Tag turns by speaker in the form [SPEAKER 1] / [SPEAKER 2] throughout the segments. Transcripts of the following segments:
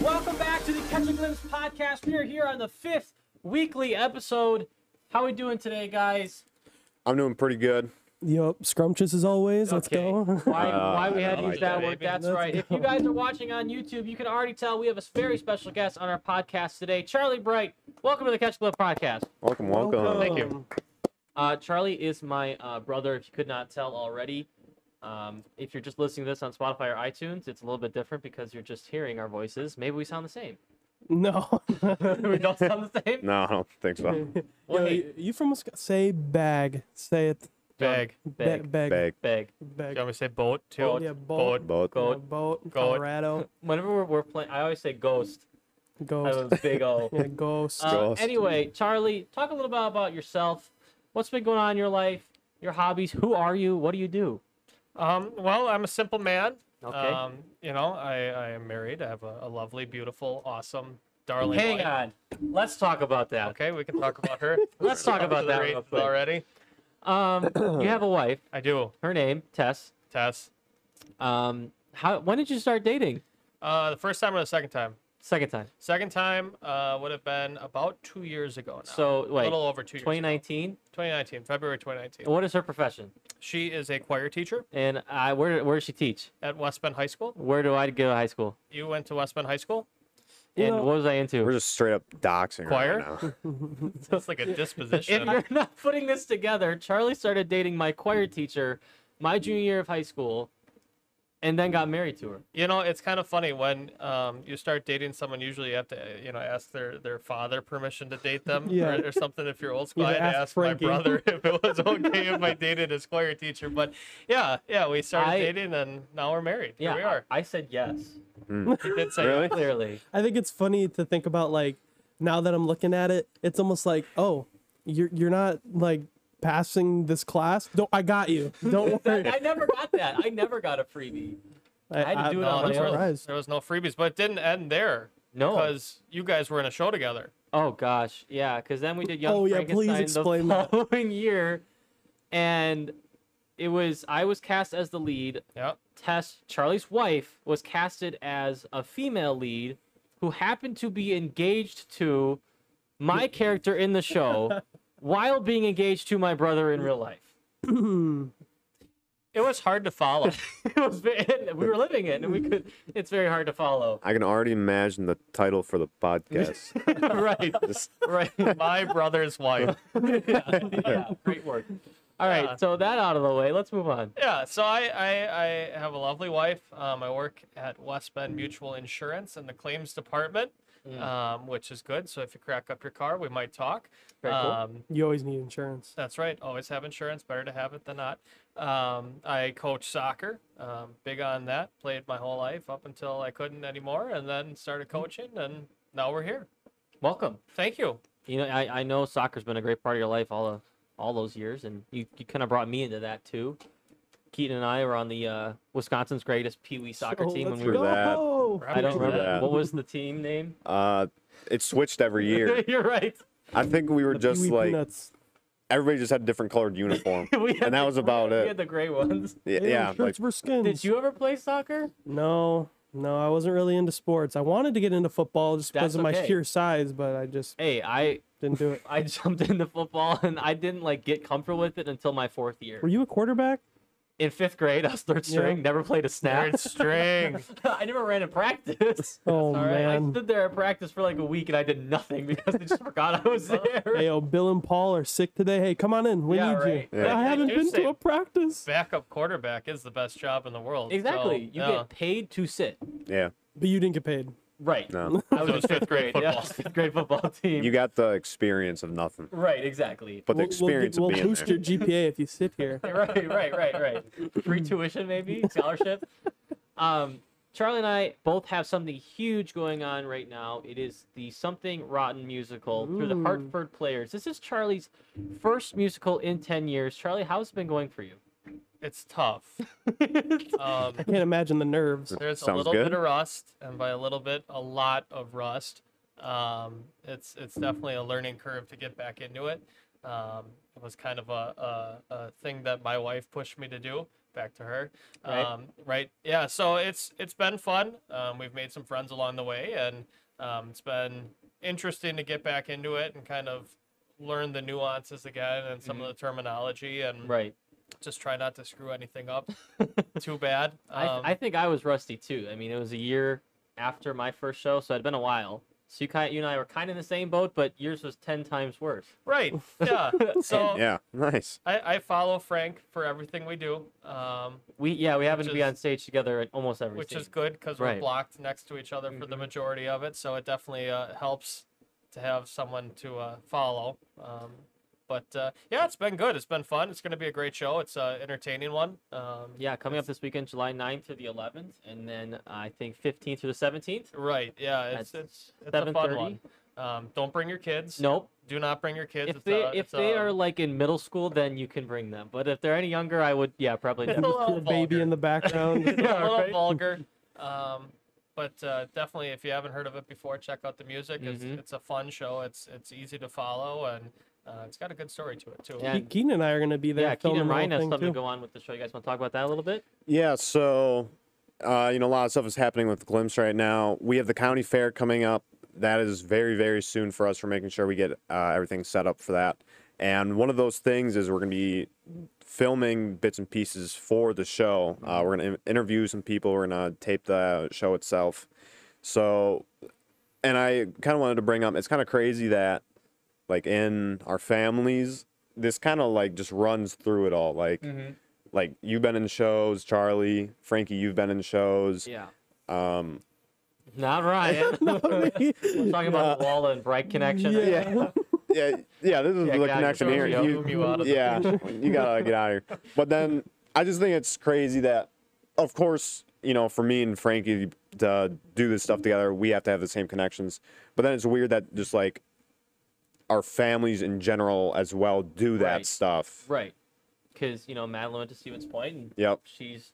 [SPEAKER 1] Welcome back to the Catch a Glimpse podcast. We are here on the fifth weekly episode. How we doing today, guys?
[SPEAKER 2] I'm doing pretty good.
[SPEAKER 3] Yep, scrumptious as always. Let's go.
[SPEAKER 1] Why, why we had to
[SPEAKER 2] I
[SPEAKER 1] use
[SPEAKER 2] like
[SPEAKER 1] Oh, that word?
[SPEAKER 2] that,
[SPEAKER 4] baby.
[SPEAKER 1] That's
[SPEAKER 3] Let's
[SPEAKER 1] right. If you guys are watching on YouTube, you can already tell we have a very special guest on our podcast today, Charlie Bright. Welcome to the Catch a Glimpse podcast.
[SPEAKER 2] Welcome, welcome.
[SPEAKER 4] Thank you.
[SPEAKER 1] Uh, Charlie is my uh, brother, if you could not tell already. Um, if you're just listening to this on Spotify or iTunes, it's a little bit different because you're just hearing our voices. Maybe we sound the same.
[SPEAKER 3] No.
[SPEAKER 1] we don't sound the same.
[SPEAKER 2] No, I don't think so.
[SPEAKER 4] Mm-hmm.
[SPEAKER 1] Well,
[SPEAKER 3] Yo,
[SPEAKER 1] hey,
[SPEAKER 3] you- you from Wisco- say bag. Say it.
[SPEAKER 4] Bag.
[SPEAKER 3] Ba-
[SPEAKER 1] Bag.
[SPEAKER 3] Bag.
[SPEAKER 2] Bag.
[SPEAKER 1] Bag.
[SPEAKER 3] Bag.
[SPEAKER 4] You want me to say boat too?
[SPEAKER 1] Boat.
[SPEAKER 3] Yeah, boat.
[SPEAKER 2] Boat.
[SPEAKER 1] Goat.
[SPEAKER 3] Yeah, boat.
[SPEAKER 4] Goat.
[SPEAKER 3] Colorado.
[SPEAKER 1] Whenever we're, we're playing, I always say ghost. I
[SPEAKER 3] Ghost.
[SPEAKER 1] have a big O.
[SPEAKER 3] Yeah, ghost.
[SPEAKER 1] Uh,
[SPEAKER 2] Ghost.
[SPEAKER 1] anyway, Charlie, talk a little bit about yourself. What's been going on in your life? Your hobbies? Who are you? What do you do?
[SPEAKER 4] Um, well, I'm a simple man.
[SPEAKER 1] Okay.
[SPEAKER 4] Um, you know, I, I am married. I have a, a lovely, beautiful, awesome, darling.
[SPEAKER 1] Hang
[SPEAKER 4] wife.
[SPEAKER 1] on. Let's talk about that.
[SPEAKER 4] Okay, we can talk about her.
[SPEAKER 1] Let's talk
[SPEAKER 4] Up to
[SPEAKER 1] about
[SPEAKER 4] the
[SPEAKER 1] that
[SPEAKER 4] races
[SPEAKER 1] real quick.
[SPEAKER 4] already.
[SPEAKER 1] Um, you have a wife.
[SPEAKER 4] I do.
[SPEAKER 1] Her name Tess.
[SPEAKER 4] Tess.
[SPEAKER 1] Um, how? When did you start dating?
[SPEAKER 4] Uh, the first time or the second time?
[SPEAKER 1] Second time.
[SPEAKER 4] Second time uh, would have been about two years ago now.
[SPEAKER 1] So
[SPEAKER 4] a
[SPEAKER 1] wait,
[SPEAKER 4] little over two years.
[SPEAKER 1] 2019.
[SPEAKER 4] 2019, February 2019.
[SPEAKER 1] What is her profession?
[SPEAKER 4] She is a choir teacher
[SPEAKER 1] And I, where where does she teach?
[SPEAKER 4] at West Bend High School.
[SPEAKER 1] Where do I go to high school?
[SPEAKER 4] You went to West Bend High School.
[SPEAKER 3] You
[SPEAKER 1] And
[SPEAKER 3] know-
[SPEAKER 1] what was I into?
[SPEAKER 2] We're just straight up doxing
[SPEAKER 4] Choir?
[SPEAKER 2] right now.
[SPEAKER 4] That's like a disposition.
[SPEAKER 1] if you're not putting this together, Charlie started dating my choir teacher my junior year of high school and then got married to her.
[SPEAKER 4] You know, it's kind of funny when um, you start dating someone. Usually, you have to, uh, you know, ask their, their father permission to date them
[SPEAKER 3] Yeah.
[SPEAKER 4] or, or something. If you're old school,
[SPEAKER 3] Yeah,
[SPEAKER 4] I had to
[SPEAKER 3] ask
[SPEAKER 4] ask my
[SPEAKER 3] Frankie.
[SPEAKER 4] brother if it was okay if I dated a choir teacher. But yeah, yeah, we started
[SPEAKER 1] I-
[SPEAKER 4] dating and now we're married.
[SPEAKER 1] Yeah,
[SPEAKER 4] Here we are.
[SPEAKER 1] I, I said yes.
[SPEAKER 3] Hmm.
[SPEAKER 4] He did say
[SPEAKER 2] Really?
[SPEAKER 1] Clearly.
[SPEAKER 3] I think it's funny to think about like now that I'm looking at it, it's almost like, oh, you're you're not like passing this class. Don't I got you. Don't worry.
[SPEAKER 1] I never got that. I never got a freebie. I had to do it on my
[SPEAKER 4] no,
[SPEAKER 3] I'm
[SPEAKER 1] own.
[SPEAKER 4] there, was,
[SPEAKER 3] surprised.
[SPEAKER 4] there was no freebies, but it didn't end there
[SPEAKER 1] No.
[SPEAKER 4] because you guys were in a show together.
[SPEAKER 1] Oh gosh. Yeah, because then we did Young
[SPEAKER 3] Oh, yeah,
[SPEAKER 1] Frankenstein
[SPEAKER 3] please explain
[SPEAKER 1] the
[SPEAKER 3] that.
[SPEAKER 1] following year. And it was I was cast as the lead.
[SPEAKER 4] Yeah,
[SPEAKER 1] Tess, Charlie's wife, was casted as a female lead who happened to be engaged to my character in the show while being engaged to my brother in real life.
[SPEAKER 4] it was hard to follow.
[SPEAKER 1] It was ve- and we were living it, and we could. It's very hard to follow.
[SPEAKER 2] I can already imagine the title for the podcast.
[SPEAKER 1] right, right.
[SPEAKER 4] my brother's wife.
[SPEAKER 1] Yeah, great work. All right,
[SPEAKER 4] Yeah.
[SPEAKER 1] so that out of the way, let's move on.
[SPEAKER 4] Yeah, so I, I, I have a lovely wife. Um, I work at West Bend Mutual Insurance in the claims department,
[SPEAKER 1] Mm.
[SPEAKER 4] um, which is good. So if you crack up your car, we might talk.
[SPEAKER 1] Very cool.
[SPEAKER 4] Um,
[SPEAKER 3] You always need insurance.
[SPEAKER 4] that's right. Always have insurance. Better to have it than not. Um, I coach soccer. Um, big on that. Played my whole life up until I couldn't anymore, and then started
[SPEAKER 1] Mm.
[SPEAKER 4] coaching, and now we're here.
[SPEAKER 1] Welcome.
[SPEAKER 4] Thank you.
[SPEAKER 1] You know, I, I know soccer's been a great part of your life all the, all those years, and you, you kind of brought me into that too. Keaton and I were on the uh, Wisconsin's greatest Pee Wee soccer
[SPEAKER 3] Oh,
[SPEAKER 1] team when
[SPEAKER 3] let's
[SPEAKER 1] we were.
[SPEAKER 2] go. that.
[SPEAKER 3] go.
[SPEAKER 1] I don't
[SPEAKER 4] Remember
[SPEAKER 1] remember
[SPEAKER 2] that.
[SPEAKER 1] what was the team name.
[SPEAKER 2] Uh, it switched every year.
[SPEAKER 1] You're right.
[SPEAKER 2] I think we were
[SPEAKER 3] The
[SPEAKER 2] just
[SPEAKER 3] Pee Wee
[SPEAKER 2] like
[SPEAKER 3] Peanuts.
[SPEAKER 2] everybody just had a different colored uniform,
[SPEAKER 1] We had
[SPEAKER 2] and that
[SPEAKER 1] the
[SPEAKER 2] was
[SPEAKER 1] gray-
[SPEAKER 2] about
[SPEAKER 1] We
[SPEAKER 2] it.
[SPEAKER 1] had the gray ones.
[SPEAKER 2] Y-
[SPEAKER 3] Hey,
[SPEAKER 2] yeah,
[SPEAKER 3] shirts
[SPEAKER 2] like
[SPEAKER 3] were skins.
[SPEAKER 1] Did you ever play soccer?
[SPEAKER 3] No, no, I wasn't really into sports. I wanted to get into football just
[SPEAKER 1] That's
[SPEAKER 3] because of
[SPEAKER 1] okay.
[SPEAKER 3] my sheer size, but I just
[SPEAKER 1] Hey, I
[SPEAKER 3] didn't do it.
[SPEAKER 1] I jumped into football and I didn't like get comfortable with it until my fourth year.
[SPEAKER 3] Were you a quarterback?
[SPEAKER 1] In fifth grade, I was third
[SPEAKER 3] Yeah.
[SPEAKER 1] string. Never played a snap.
[SPEAKER 4] Third string.
[SPEAKER 1] I never ran in practice.
[SPEAKER 3] Oh
[SPEAKER 1] All right, I
[SPEAKER 3] man.
[SPEAKER 1] stood there at practice for like a week and I did nothing because they just forgot I was there.
[SPEAKER 3] Hey, yo, Bill and Paul are sick today. Hey, come on in. We
[SPEAKER 1] Yeah,
[SPEAKER 3] need
[SPEAKER 1] right.
[SPEAKER 3] you.
[SPEAKER 2] Yeah.
[SPEAKER 3] I haven't
[SPEAKER 4] do
[SPEAKER 3] been
[SPEAKER 4] say-
[SPEAKER 3] to a practice.
[SPEAKER 4] Backup quarterback is the best job in the world. so,
[SPEAKER 1] Exactly. you
[SPEAKER 4] yeah.
[SPEAKER 1] get paid to sit.
[SPEAKER 2] yeah,
[SPEAKER 3] But you didn't get paid.
[SPEAKER 1] Right.
[SPEAKER 2] no,
[SPEAKER 1] I was
[SPEAKER 4] So
[SPEAKER 1] in
[SPEAKER 4] it's fifth grade
[SPEAKER 1] yeah, I
[SPEAKER 4] football.
[SPEAKER 1] was fifth grade football team.
[SPEAKER 2] you got the experience of nothing,
[SPEAKER 1] Right. Exactly.
[SPEAKER 2] but the
[SPEAKER 3] We'll- we'll get-
[SPEAKER 2] experience
[SPEAKER 3] We'll,
[SPEAKER 2] of being
[SPEAKER 3] boost
[SPEAKER 2] there.
[SPEAKER 3] your GPA if you sit here.
[SPEAKER 1] right, right, right, right. Free tuition, maybe scholarship. Um, Charlie and I both have something huge going on right now. It is the Something Rotten musical through the
[SPEAKER 3] Ooh.
[SPEAKER 1] Hartford Players. This is Charlie's first musical in ten years. Charlie, how's it been going for you?
[SPEAKER 4] It's tough. um,
[SPEAKER 3] I can't imagine the nerves.
[SPEAKER 4] there's a
[SPEAKER 2] Sounds
[SPEAKER 4] little
[SPEAKER 2] good.
[SPEAKER 4] bit of rust, and by a little bit, a lot of rust. Um, it's it's definitely a learning curve to get back into it. Um, it was kind of a, a, a thing that my wife pushed me to do. back to her.
[SPEAKER 1] Right.
[SPEAKER 4] Um, right. Yeah. So it's it's been fun. Um, we've made some friends along the way, and um, it's been interesting to get back into it and kind of learn the nuances again and some of the terminology and
[SPEAKER 1] Right.
[SPEAKER 4] just try not to screw anything up too bad. Um,
[SPEAKER 1] I, I think I was rusty too. I mean, it was a year after my first show, so it'd been a while. So you, kind, you and I were kind of in the same boat, but yours was ten times worse.
[SPEAKER 4] right. Yeah. So
[SPEAKER 2] Yeah, nice.
[SPEAKER 4] I, I follow Frank for everything we do, um,
[SPEAKER 1] We yeah, we happen
[SPEAKER 4] Which
[SPEAKER 1] to be
[SPEAKER 4] is-
[SPEAKER 1] on stage together at almost every
[SPEAKER 4] which
[SPEAKER 1] stage.
[SPEAKER 4] is good because we're
[SPEAKER 1] Right.
[SPEAKER 4] blocked next to each other for the majority of it. So it definitely uh, helps to have someone to uh, follow. Um, but uh, yeah, it's been good. It's been fun. It's going to be a great show. It's an entertaining one. Um,
[SPEAKER 1] Yeah, coming up this weekend, July 9th through the 11th, and then uh, I think 15th through the 17th.
[SPEAKER 4] Right. Yeah. It's,
[SPEAKER 1] That's
[SPEAKER 4] it's, it's a fun
[SPEAKER 1] 7:30.
[SPEAKER 4] one. Um, don't bring your kids.
[SPEAKER 1] Nope.
[SPEAKER 4] Do not bring your kids.
[SPEAKER 1] If
[SPEAKER 4] It's
[SPEAKER 1] they
[SPEAKER 4] a-
[SPEAKER 1] if
[SPEAKER 4] it's um,
[SPEAKER 1] they
[SPEAKER 4] a-
[SPEAKER 1] are like in middle school, then you can bring them. But if they're any younger, I would yeah probably.
[SPEAKER 4] It's
[SPEAKER 1] Not.
[SPEAKER 4] a
[SPEAKER 3] Just
[SPEAKER 4] little
[SPEAKER 3] the baby
[SPEAKER 4] vulgar.
[SPEAKER 3] in the background.
[SPEAKER 4] It's a
[SPEAKER 1] Yeah,
[SPEAKER 4] little
[SPEAKER 1] right?
[SPEAKER 4] vulgar. Um, but uh, definitely, if you haven't heard of it before, check out the music. It's,
[SPEAKER 1] Mhm.
[SPEAKER 4] it's a fun show. It's it's easy to follow, and uh, it's got a good story to it too.
[SPEAKER 1] Yeah.
[SPEAKER 3] Ke- Keenan and I are gonna be there.
[SPEAKER 1] Yeah, Keenan
[SPEAKER 3] filming the whole
[SPEAKER 1] Ryan has
[SPEAKER 3] thing,
[SPEAKER 1] something
[SPEAKER 3] too.
[SPEAKER 1] to go on with the show. You guys want to talk about that a little bit?
[SPEAKER 2] Yeah, so uh, you know, a lot of stuff is happening with Glimpse right now. We have the county fair coming up. That is very, very soon for us. We're making sure we get uh, everything set up for that. And one of those things is we're going to be filming bits and pieces for the show. Uh, we're going to interview some people. We're going to tape the show itself. So, and I kind of wanted to bring up it's kind of crazy that, like, in our families, this kind of like just runs through it all. Like, like you've been in shows, Charlie, Frankie, you've been in shows.
[SPEAKER 1] Yeah.
[SPEAKER 2] Um,
[SPEAKER 1] Not Ryan. We're talking about the Walla and Bright connection.
[SPEAKER 2] yeah, yeah, yeah. This is
[SPEAKER 1] Yeah, get out
[SPEAKER 2] the
[SPEAKER 1] of
[SPEAKER 2] connection
[SPEAKER 1] here,
[SPEAKER 2] here.
[SPEAKER 1] Charlie.
[SPEAKER 2] You,
[SPEAKER 4] Boom you out of the
[SPEAKER 2] yeah, you gotta get out of here. But then I just think it's crazy that, of course, you know, for me and Frankie to do this stuff together, we have to have the same connections. But then it's weird that just like our families in general as well do that
[SPEAKER 1] Right.
[SPEAKER 2] stuff.
[SPEAKER 1] Right. Because you know Madeline went to Stevens Point, and
[SPEAKER 2] Yep,
[SPEAKER 1] she's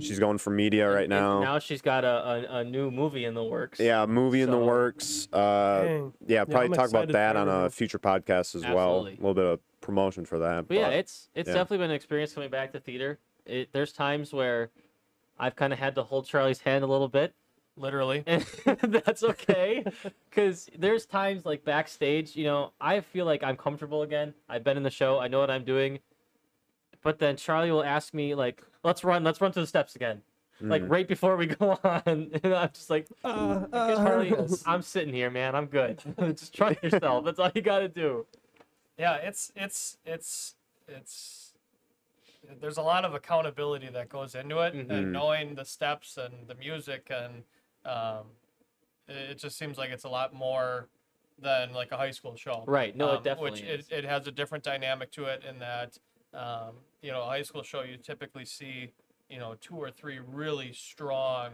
[SPEAKER 2] she's going for media right
[SPEAKER 1] and
[SPEAKER 2] now.
[SPEAKER 1] Now she's got a, a, a new movie in the works.
[SPEAKER 2] Yeah, movie in the
[SPEAKER 1] So-
[SPEAKER 2] works. Uh,
[SPEAKER 3] Dang.
[SPEAKER 2] yeah, probably
[SPEAKER 3] I'm
[SPEAKER 2] talk about
[SPEAKER 3] excited
[SPEAKER 2] that
[SPEAKER 3] for
[SPEAKER 2] on a
[SPEAKER 3] everything.
[SPEAKER 2] future podcast as well.
[SPEAKER 1] Absolutely.
[SPEAKER 2] A little bit of promotion for that.
[SPEAKER 1] But yeah, it's it's
[SPEAKER 2] yeah.
[SPEAKER 1] definitely been an experience coming back to theater. It, there's times where I've kind of had to hold Charlie's hand a little bit,
[SPEAKER 4] Literally.
[SPEAKER 1] and that's okay, because there's times like backstage, you know, I feel like I'm comfortable again. I've been in the show, I know what I'm doing, but then Charlie will ask me like, "Let's run, let's run to the steps again." Like right before we go on, and I'm just like,
[SPEAKER 3] Uh, uh,
[SPEAKER 1] Charlie, I'm sitting here, man. I'm good. Just try yourself. That's all you gotta do.
[SPEAKER 4] Yeah. It's it's it's it's. There's a lot of accountability that goes into it,
[SPEAKER 1] Mm-hmm.
[SPEAKER 4] and knowing the steps and the music, and um, it, it just seems like it's a lot more than like a high school show.
[SPEAKER 1] Right. No, it
[SPEAKER 4] um,
[SPEAKER 1] definitely.
[SPEAKER 4] which
[SPEAKER 1] is.
[SPEAKER 4] It, it has a different dynamic to it in that um, you know a high school show you typically see you know two or three really strong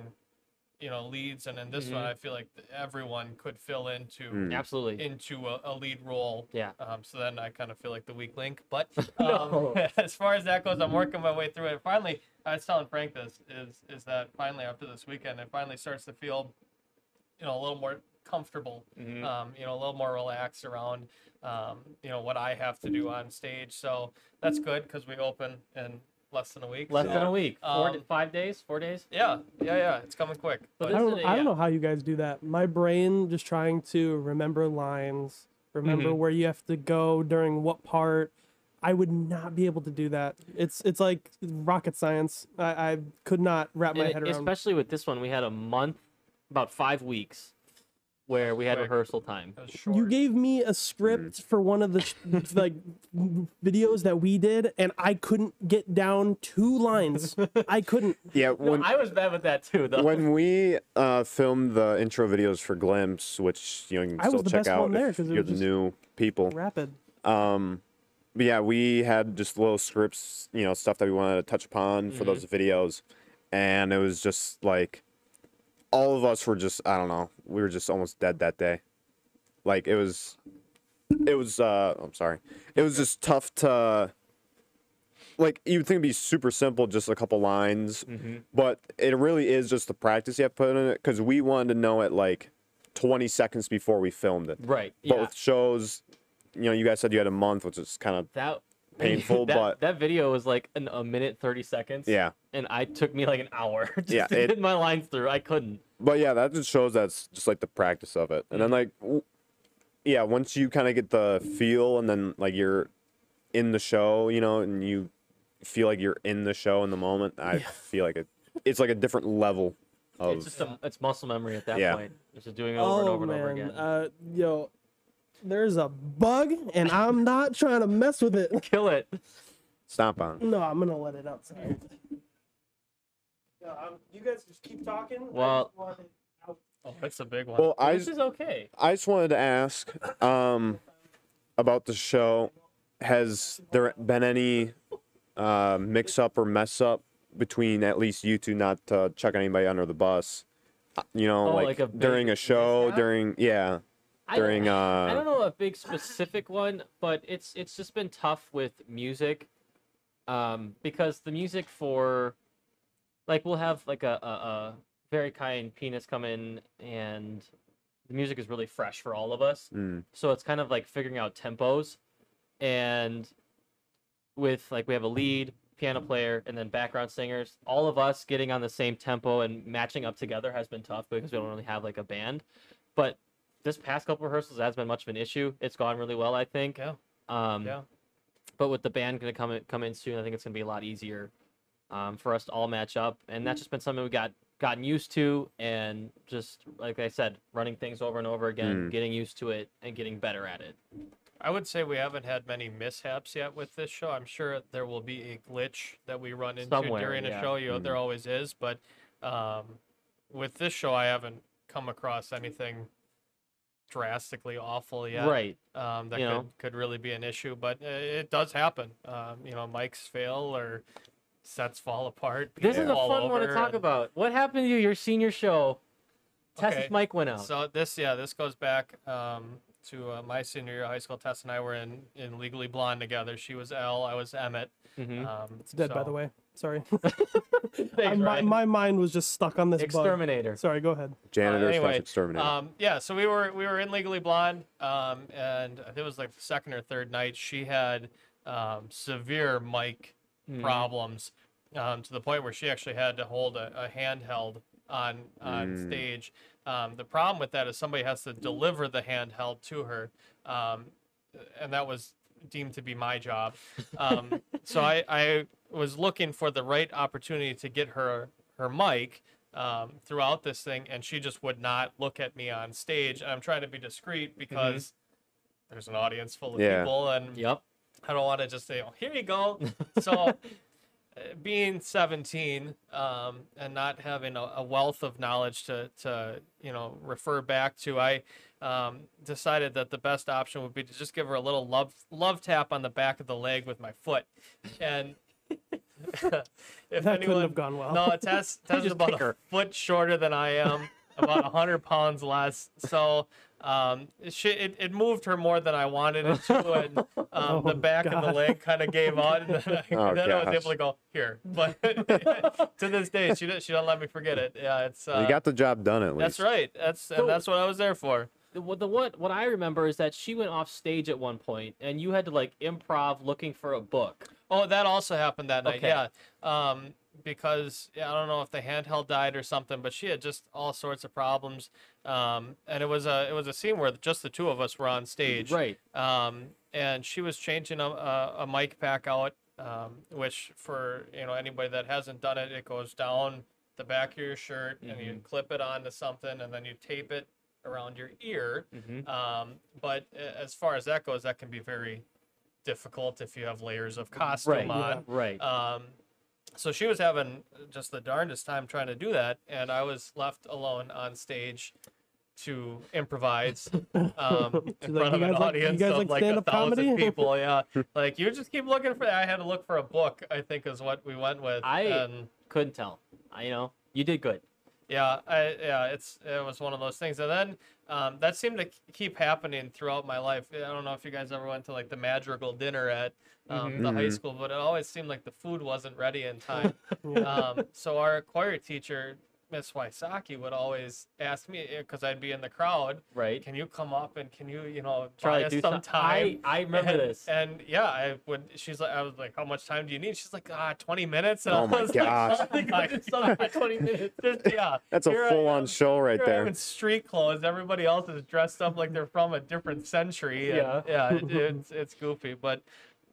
[SPEAKER 4] you know leads and in this one
[SPEAKER 1] Mm-hmm.
[SPEAKER 4] i feel like th- everyone could fill into
[SPEAKER 1] Absolutely.
[SPEAKER 4] into a, a lead role
[SPEAKER 1] Yeah.
[SPEAKER 4] um, so then i kind of feel like the weak link but
[SPEAKER 1] No.
[SPEAKER 4] um, as far as that goes i'm working my way through it finally i was telling frank this is is that finally after this weekend it finally starts to feel you know a little more comfortable um, you know a little more relaxed around um, you know what i have to do on stage so that's good because we open in less than a week
[SPEAKER 1] Less
[SPEAKER 4] so-
[SPEAKER 1] than a week. Four to
[SPEAKER 4] um,
[SPEAKER 1] five days. Four days.
[SPEAKER 4] yeah yeah yeah it's coming quick
[SPEAKER 1] But
[SPEAKER 4] but
[SPEAKER 3] I don't,
[SPEAKER 1] Isn't it-
[SPEAKER 3] I
[SPEAKER 1] yeah.
[SPEAKER 3] don't know how you guys do that. My brain just trying to remember lines, remember
[SPEAKER 1] Mm-hmm.
[SPEAKER 3] where you have to go during what part. I would not be able to do that. It's it's like rocket science. I, I could not wrap my
[SPEAKER 1] And
[SPEAKER 3] head
[SPEAKER 1] it-
[SPEAKER 3] around.
[SPEAKER 1] especially with this one, we had a month, about five weeks, where we had
[SPEAKER 4] Quick.
[SPEAKER 1] rehearsal time.
[SPEAKER 4] it was short.
[SPEAKER 3] You gave me a script
[SPEAKER 1] Mm-hmm.
[SPEAKER 3] for one of the sh- like videos that we did, and I couldn't get down two lines. I couldn't.
[SPEAKER 2] yeah, when
[SPEAKER 1] I was bad with that too, though.
[SPEAKER 2] when we uh, filmed the intro videos for Glimpse, which you, know, you can
[SPEAKER 3] I was
[SPEAKER 2] still
[SPEAKER 3] the
[SPEAKER 2] check
[SPEAKER 3] best
[SPEAKER 2] out
[SPEAKER 3] one there
[SPEAKER 2] if
[SPEAKER 3] 'cause it
[SPEAKER 2] you're
[SPEAKER 3] was
[SPEAKER 2] the
[SPEAKER 3] just-
[SPEAKER 2] new people.
[SPEAKER 3] Rapid.
[SPEAKER 2] But yeah, we had just little scripts, you know, stuff that we wanted to touch upon for
[SPEAKER 1] Mm-hmm.
[SPEAKER 2] those videos, and it was just like all of us were just I don't know, we were just almost dead that day. Like it was, it was. uh I'm sorry, it was just tough to. Like you would think it'd be super simple, just a couple lines,
[SPEAKER 1] Mm-hmm.
[SPEAKER 2] but it really is just the practice you have to put in it. Because we wanted to know it like 20 seconds before we filmed it.
[SPEAKER 1] right.
[SPEAKER 2] But
[SPEAKER 1] Yeah.
[SPEAKER 2] with shows, you know, you guys said you had a month, which is kind of
[SPEAKER 1] That
[SPEAKER 2] painful,
[SPEAKER 1] that,
[SPEAKER 2] but
[SPEAKER 1] that video was like an, a minute thirty seconds.
[SPEAKER 2] yeah.
[SPEAKER 1] and I took me like an hour just
[SPEAKER 2] Yeah,
[SPEAKER 1] to
[SPEAKER 2] it-
[SPEAKER 1] get my lines through. I couldn't.
[SPEAKER 2] But yeah, that just shows that's just like the practice of it. And then like w- yeah, once you kind of get the feel and then like you're in the show, you know, and you feel like you're in the show in the moment, I feel like it it's like a different level
[SPEAKER 1] It's
[SPEAKER 2] of
[SPEAKER 1] just a, it's muscle memory at that
[SPEAKER 2] Yeah.
[SPEAKER 1] point. It's just doing it over and over and over again.
[SPEAKER 3] Uh, yo, there's a bug, and I'm not trying to mess with it.
[SPEAKER 1] Kill it.
[SPEAKER 2] stomp on.
[SPEAKER 3] No, I'm gonna let it out. Sorry. No, I'm, you guys just keep talking. I just
[SPEAKER 1] Well-
[SPEAKER 3] want it out.
[SPEAKER 4] Oh, that's a big one.
[SPEAKER 2] Well, I
[SPEAKER 1] This is okay.
[SPEAKER 2] I just wanted to ask um, about the show. Has there been any uh, mix up or mess up between at least you two not to chuck anybody under the bus? Uh, You know,
[SPEAKER 1] Oh,
[SPEAKER 2] like,
[SPEAKER 1] like a big
[SPEAKER 2] during a show,
[SPEAKER 4] mishap?
[SPEAKER 2] during yeah,
[SPEAKER 1] I-
[SPEAKER 2] during uh,
[SPEAKER 1] I don't know a big specific one, but it's it's just been tough with music, um, because the music for, like, we'll have like a, a, a very kind penis come in, and the music is really fresh for all of us.
[SPEAKER 2] mm,
[SPEAKER 1] so it's kind of like figuring out tempos and with like we have a lead piano player and then background singers all of us getting on the same tempo and matching up together has been tough because we don't really have like a band but this past couple rehearsals has been much of an issue it's gone really well i think
[SPEAKER 4] Yeah.
[SPEAKER 1] um
[SPEAKER 4] Yeah.
[SPEAKER 1] but with the band gonna come in, come in soon i think it's gonna be a lot easier um, for us to all match up and
[SPEAKER 4] Mm-hmm.
[SPEAKER 1] that's just been something we got gotten used to and just like i said running things over and over again
[SPEAKER 2] Mm.
[SPEAKER 1] getting used to it and getting better at it
[SPEAKER 4] I would say we haven't had many mishaps yet with this show. I'm sure there will be a glitch that we run into
[SPEAKER 1] Somewhere,
[SPEAKER 4] during
[SPEAKER 1] yeah. Mm-hmm.
[SPEAKER 4] a show. You know, there always is, but um, with this show, I haven't come across anything drastically awful yet.
[SPEAKER 1] right
[SPEAKER 4] Um, that
[SPEAKER 1] you
[SPEAKER 4] could,
[SPEAKER 1] know.
[SPEAKER 4] could really be an issue, but uh, it does happen. Um, you know, mics fail or sets fall apart.
[SPEAKER 1] this is
[SPEAKER 4] people
[SPEAKER 1] a
[SPEAKER 4] fall
[SPEAKER 1] fun one to
[SPEAKER 4] over,
[SPEAKER 1] talk
[SPEAKER 4] and-
[SPEAKER 1] about what happened to you your senior show test
[SPEAKER 4] Okay.
[SPEAKER 1] mic went out
[SPEAKER 4] So this, yeah, this goes back um, to uh, my senior year of high school. Tess and I were in, in Legally Blonde together. She was Elle, I was Emmett.
[SPEAKER 1] Mhm.
[SPEAKER 4] Um,
[SPEAKER 3] It's dead, by the way. Sorry.
[SPEAKER 1] Thanks,
[SPEAKER 3] my,
[SPEAKER 1] Ryan.
[SPEAKER 3] my mind was just stuck on this bug.
[SPEAKER 1] exterminator
[SPEAKER 3] Sorry, go ahead.
[SPEAKER 2] janitor slash
[SPEAKER 4] anyway,
[SPEAKER 2] exterminator.
[SPEAKER 4] Um, yeah, so we were we were in Legally Blonde, um, and I think it was like the second or third night. She had um, severe mic
[SPEAKER 1] Mhm.
[SPEAKER 4] problems um, to the point where she actually had to hold a, a handheld on on
[SPEAKER 2] Mm.
[SPEAKER 4] stage. Um, the problem with that is somebody has to deliver the handheld to her, um, and that was deemed to be my job. Um, so I, I was looking for the right opportunity to get her her mic um, throughout this thing, and she just would not look at me on stage. And I'm trying to be discreet because there's an audience full of
[SPEAKER 2] Yeah.
[SPEAKER 4] people, and
[SPEAKER 1] yep
[SPEAKER 4] I don't want to just say, oh, here you go. So, uh, being 17 um, and not having a, a wealth of knowledge to, to, you know, refer back to, I um, decided that the best option would be to just give her a little love, love tap on the back of the leg with my foot. And if
[SPEAKER 3] That couldn't
[SPEAKER 4] anyone,
[SPEAKER 3] have gone well.
[SPEAKER 4] no, Tess, Tess is
[SPEAKER 1] just
[SPEAKER 4] about
[SPEAKER 1] pick
[SPEAKER 4] a
[SPEAKER 1] her.
[SPEAKER 4] foot shorter than I am, about 100 pounds less. So um, she, it, it moved her more than I wanted it to. And um, the
[SPEAKER 3] Oh,
[SPEAKER 4] back of the
[SPEAKER 3] God.
[SPEAKER 4] leg kind of gave out. And then I,
[SPEAKER 2] Oh,
[SPEAKER 4] then I was
[SPEAKER 2] gosh.
[SPEAKER 4] able to go, here. But to this day, she, don't- she don't let me forget it. Yeah, it's. Uh,
[SPEAKER 2] you got the job done at least.
[SPEAKER 4] that's right. That's
[SPEAKER 1] So-
[SPEAKER 4] and that's what I was there for.
[SPEAKER 1] the, what- the what what I remember is that she went off stage at one point, and you had to like improv looking for a book.
[SPEAKER 4] Oh, that also happened that night.
[SPEAKER 1] Okay.
[SPEAKER 4] Yeah. Um, because yeah, I don't know if the handheld died or something, but she had just all sorts of problems. Um, and it was a it was a scene where just the two of us were on stage.
[SPEAKER 1] Right.
[SPEAKER 4] Um, and she was changing a, a, a mic pack out, um, which for you know anybody that hasn't done it, it goes down the back of your shirt and you clip it onto something, and then you tape it around your ear.
[SPEAKER 1] Mhm.
[SPEAKER 4] Um, but a- as far as that goes, that can be very difficult if you have layers of costume
[SPEAKER 1] Right, yeah.
[SPEAKER 4] on.
[SPEAKER 1] Right.
[SPEAKER 4] Um, so she was having just the darndest time trying to do that, and I was left alone on stage to improvise um, in
[SPEAKER 3] She's like,
[SPEAKER 4] front of
[SPEAKER 3] "You
[SPEAKER 4] an
[SPEAKER 3] guys like- you
[SPEAKER 4] audience
[SPEAKER 3] guys
[SPEAKER 4] of
[SPEAKER 3] like
[SPEAKER 4] like a
[SPEAKER 3] stand-up
[SPEAKER 4] thousand
[SPEAKER 3] comedy?"
[SPEAKER 4] people. Yeah, like you just keep looking for. I had to look for a book. I think is what we went with.
[SPEAKER 1] I-
[SPEAKER 4] and,
[SPEAKER 1] Couldn't tell. I, you know, you did good.
[SPEAKER 4] yeah, I, yeah, it's it was one of those things, and then um, that seemed to k- keep happening throughout my life. I don't know if you guys ever went to like the Madrigal dinner at um, the high
[SPEAKER 3] Mm-hmm.
[SPEAKER 2] Mhm.
[SPEAKER 4] school, but it always seemed like the food wasn't ready in time.
[SPEAKER 3] Yeah.
[SPEAKER 4] um, so our choir teacher Miss Waisaki would always ask me because I'd be in the crowd.
[SPEAKER 1] right?
[SPEAKER 4] Can you come up and can you, you know,
[SPEAKER 1] Charlie,
[SPEAKER 4] buy us
[SPEAKER 1] do
[SPEAKER 4] some
[SPEAKER 1] some-
[SPEAKER 4] time?
[SPEAKER 1] I- I remember
[SPEAKER 4] and,
[SPEAKER 1] this.
[SPEAKER 4] And yeah, I would. She's like, I was like, how much time do you need? She's like, ah, twenty minutes. And I
[SPEAKER 2] Oh my
[SPEAKER 4] was
[SPEAKER 2] gosh.
[SPEAKER 4] Like, oh my God.
[SPEAKER 1] Twenty minutes.
[SPEAKER 4] Just, yeah,
[SPEAKER 2] That's a
[SPEAKER 4] here
[SPEAKER 1] uh,
[SPEAKER 4] I
[SPEAKER 2] full-on
[SPEAKER 4] am-
[SPEAKER 2] show right
[SPEAKER 4] here I am
[SPEAKER 2] there.
[SPEAKER 4] in street clothes. Everybody else is dressed up like they're from a different century. and
[SPEAKER 1] Yeah.
[SPEAKER 4] yeah, it, it's it's goofy, but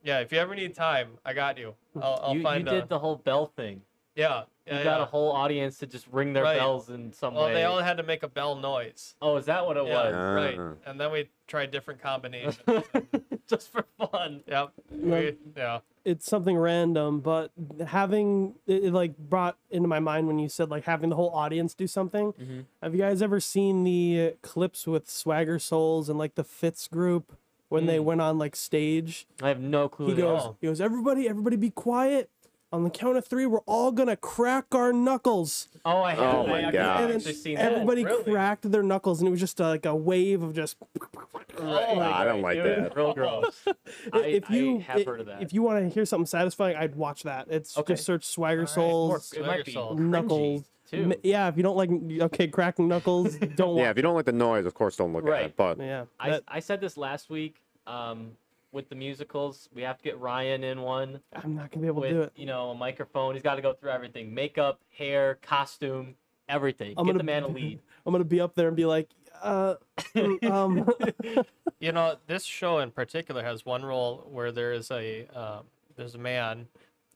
[SPEAKER 4] yeah, if you ever need time, I got you. I'll, I'll
[SPEAKER 1] you, you
[SPEAKER 4] find a-
[SPEAKER 1] did the whole bell thing.
[SPEAKER 4] yeah,
[SPEAKER 1] You
[SPEAKER 4] yeah,
[SPEAKER 1] got
[SPEAKER 4] yeah.
[SPEAKER 1] a whole audience to just ring their
[SPEAKER 4] Right.
[SPEAKER 1] bells in some
[SPEAKER 4] Well,
[SPEAKER 1] way.
[SPEAKER 4] they all had to make a bell noise.
[SPEAKER 1] Oh, is that what it
[SPEAKER 4] Yeah,
[SPEAKER 1] was? Uh-huh.
[SPEAKER 4] right.
[SPEAKER 2] Ah.
[SPEAKER 4] And then we tried different combinations. and-
[SPEAKER 1] just for fun.
[SPEAKER 4] yep. We, yeah.
[SPEAKER 3] it's something random, but having it, it, like brought into my mind when you said like having the whole audience do something.
[SPEAKER 1] Mm-hmm.
[SPEAKER 3] Have you guys ever seen the uh, clips with Swagger Souls and like the Fitz group when they went on like stage?
[SPEAKER 1] I have no clue.
[SPEAKER 3] He
[SPEAKER 1] Mm. who they
[SPEAKER 3] goes,
[SPEAKER 1] are.
[SPEAKER 3] he goes, everybody, everybody, be quiet. On the count of three, we're all gonna crack our knuckles.
[SPEAKER 1] Oh, I have.
[SPEAKER 2] my
[SPEAKER 1] I actually haven't
[SPEAKER 2] gosh.
[SPEAKER 3] And
[SPEAKER 1] actually
[SPEAKER 3] then
[SPEAKER 1] seen that.
[SPEAKER 3] everybody
[SPEAKER 4] Really?
[SPEAKER 3] cracked their knuckles, and it was just uh, like a wave of just.
[SPEAKER 4] Oh,
[SPEAKER 2] Nah, I don't like
[SPEAKER 1] It was
[SPEAKER 2] that.
[SPEAKER 1] Real gross. I,
[SPEAKER 3] if you
[SPEAKER 1] I have
[SPEAKER 3] i-
[SPEAKER 1] heard of that.
[SPEAKER 3] if you want to hear something satisfying, I'd watch that. It's
[SPEAKER 1] Okay.
[SPEAKER 3] just search Swagger
[SPEAKER 4] right.
[SPEAKER 3] Souls.
[SPEAKER 1] Or it might be
[SPEAKER 4] Swagger
[SPEAKER 1] cringy,
[SPEAKER 3] knuckles
[SPEAKER 1] too.
[SPEAKER 3] M- yeah, if you don't like, okay, cracking knuckles, don't
[SPEAKER 2] Yeah,
[SPEAKER 3] watch.
[SPEAKER 2] if you don't like the noise, of course, don't look
[SPEAKER 1] Right.
[SPEAKER 2] at it. But
[SPEAKER 3] Yeah,
[SPEAKER 1] I,
[SPEAKER 3] that-
[SPEAKER 1] I said this last week um, with the musicals. We have to get Ryan in one
[SPEAKER 3] I'm not gonna be able to do
[SPEAKER 1] with
[SPEAKER 3] it.
[SPEAKER 1] you know a microphone. He's got to go through everything: makeup, hair, costume, everything.
[SPEAKER 3] I'm
[SPEAKER 1] Get
[SPEAKER 3] gonna-
[SPEAKER 1] the man a lead.
[SPEAKER 3] I'm gonna be up there and be like, uh, mm, um,
[SPEAKER 4] You know, this show in particular has one role where there is a um, there's a man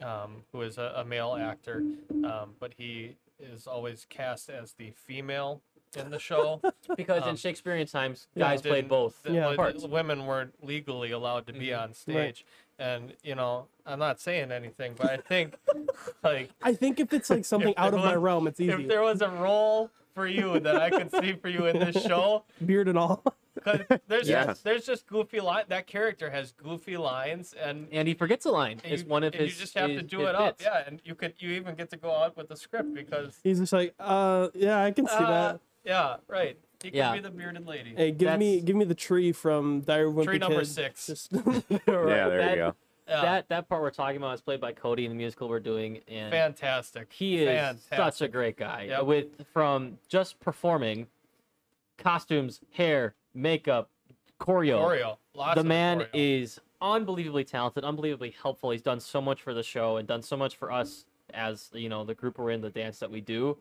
[SPEAKER 4] um, who is a, a male actor, um, but he is always cast as the female in the show.
[SPEAKER 1] Because in
[SPEAKER 4] Um,
[SPEAKER 1] Shakespearean times,
[SPEAKER 3] yeah.
[SPEAKER 1] guys played
[SPEAKER 4] didn't-
[SPEAKER 1] both
[SPEAKER 4] the-
[SPEAKER 3] Yeah.
[SPEAKER 4] like,
[SPEAKER 1] parts.
[SPEAKER 4] the women weren't legally allowed to be on
[SPEAKER 3] Right.
[SPEAKER 4] stage, and you know, I'm not saying anything, but I think like
[SPEAKER 3] I think if it's like something out of
[SPEAKER 4] there
[SPEAKER 3] my
[SPEAKER 4] was-
[SPEAKER 3] realm, it's easy.
[SPEAKER 4] if there was a role for you that I could see for you in this show,
[SPEAKER 3] Beard and all.
[SPEAKER 4] because there's
[SPEAKER 2] Yeah.
[SPEAKER 4] just, there's just goofy line. That character has goofy lines, and,
[SPEAKER 1] And he forgets a line.
[SPEAKER 4] and
[SPEAKER 1] It's
[SPEAKER 4] you,
[SPEAKER 1] one of
[SPEAKER 4] and
[SPEAKER 1] his.
[SPEAKER 4] You just have to
[SPEAKER 1] his-
[SPEAKER 4] do
[SPEAKER 1] his
[SPEAKER 4] it up,
[SPEAKER 1] bits.
[SPEAKER 4] yeah. And you could you even get to go out with the script because
[SPEAKER 3] He's just like, uh, yeah, I can see
[SPEAKER 4] uh,
[SPEAKER 3] that.
[SPEAKER 4] yeah, right. You could
[SPEAKER 1] Yeah.
[SPEAKER 4] be the bearded lady.
[SPEAKER 3] Hey, give me
[SPEAKER 1] that's-
[SPEAKER 3] give me the tree from Diary of a Wimpy
[SPEAKER 4] Tree number
[SPEAKER 3] Kid.
[SPEAKER 4] six.
[SPEAKER 3] Just
[SPEAKER 2] yeah, there
[SPEAKER 1] That-
[SPEAKER 2] you go.
[SPEAKER 4] yeah.
[SPEAKER 1] That that part we're talking about is played by Cody in the musical we're doing, and
[SPEAKER 4] fantastic.
[SPEAKER 1] he is
[SPEAKER 4] fantastic.
[SPEAKER 1] such a great guy.
[SPEAKER 4] Yep.
[SPEAKER 1] With from just performing, costumes, hair, makeup, choreo.
[SPEAKER 4] choreo. Lots
[SPEAKER 1] the
[SPEAKER 4] of
[SPEAKER 1] man
[SPEAKER 4] choreo.
[SPEAKER 1] is unbelievably talented, unbelievably helpful. He's done so much for the show and done so much for us as you know the group we're in, the dance that we do.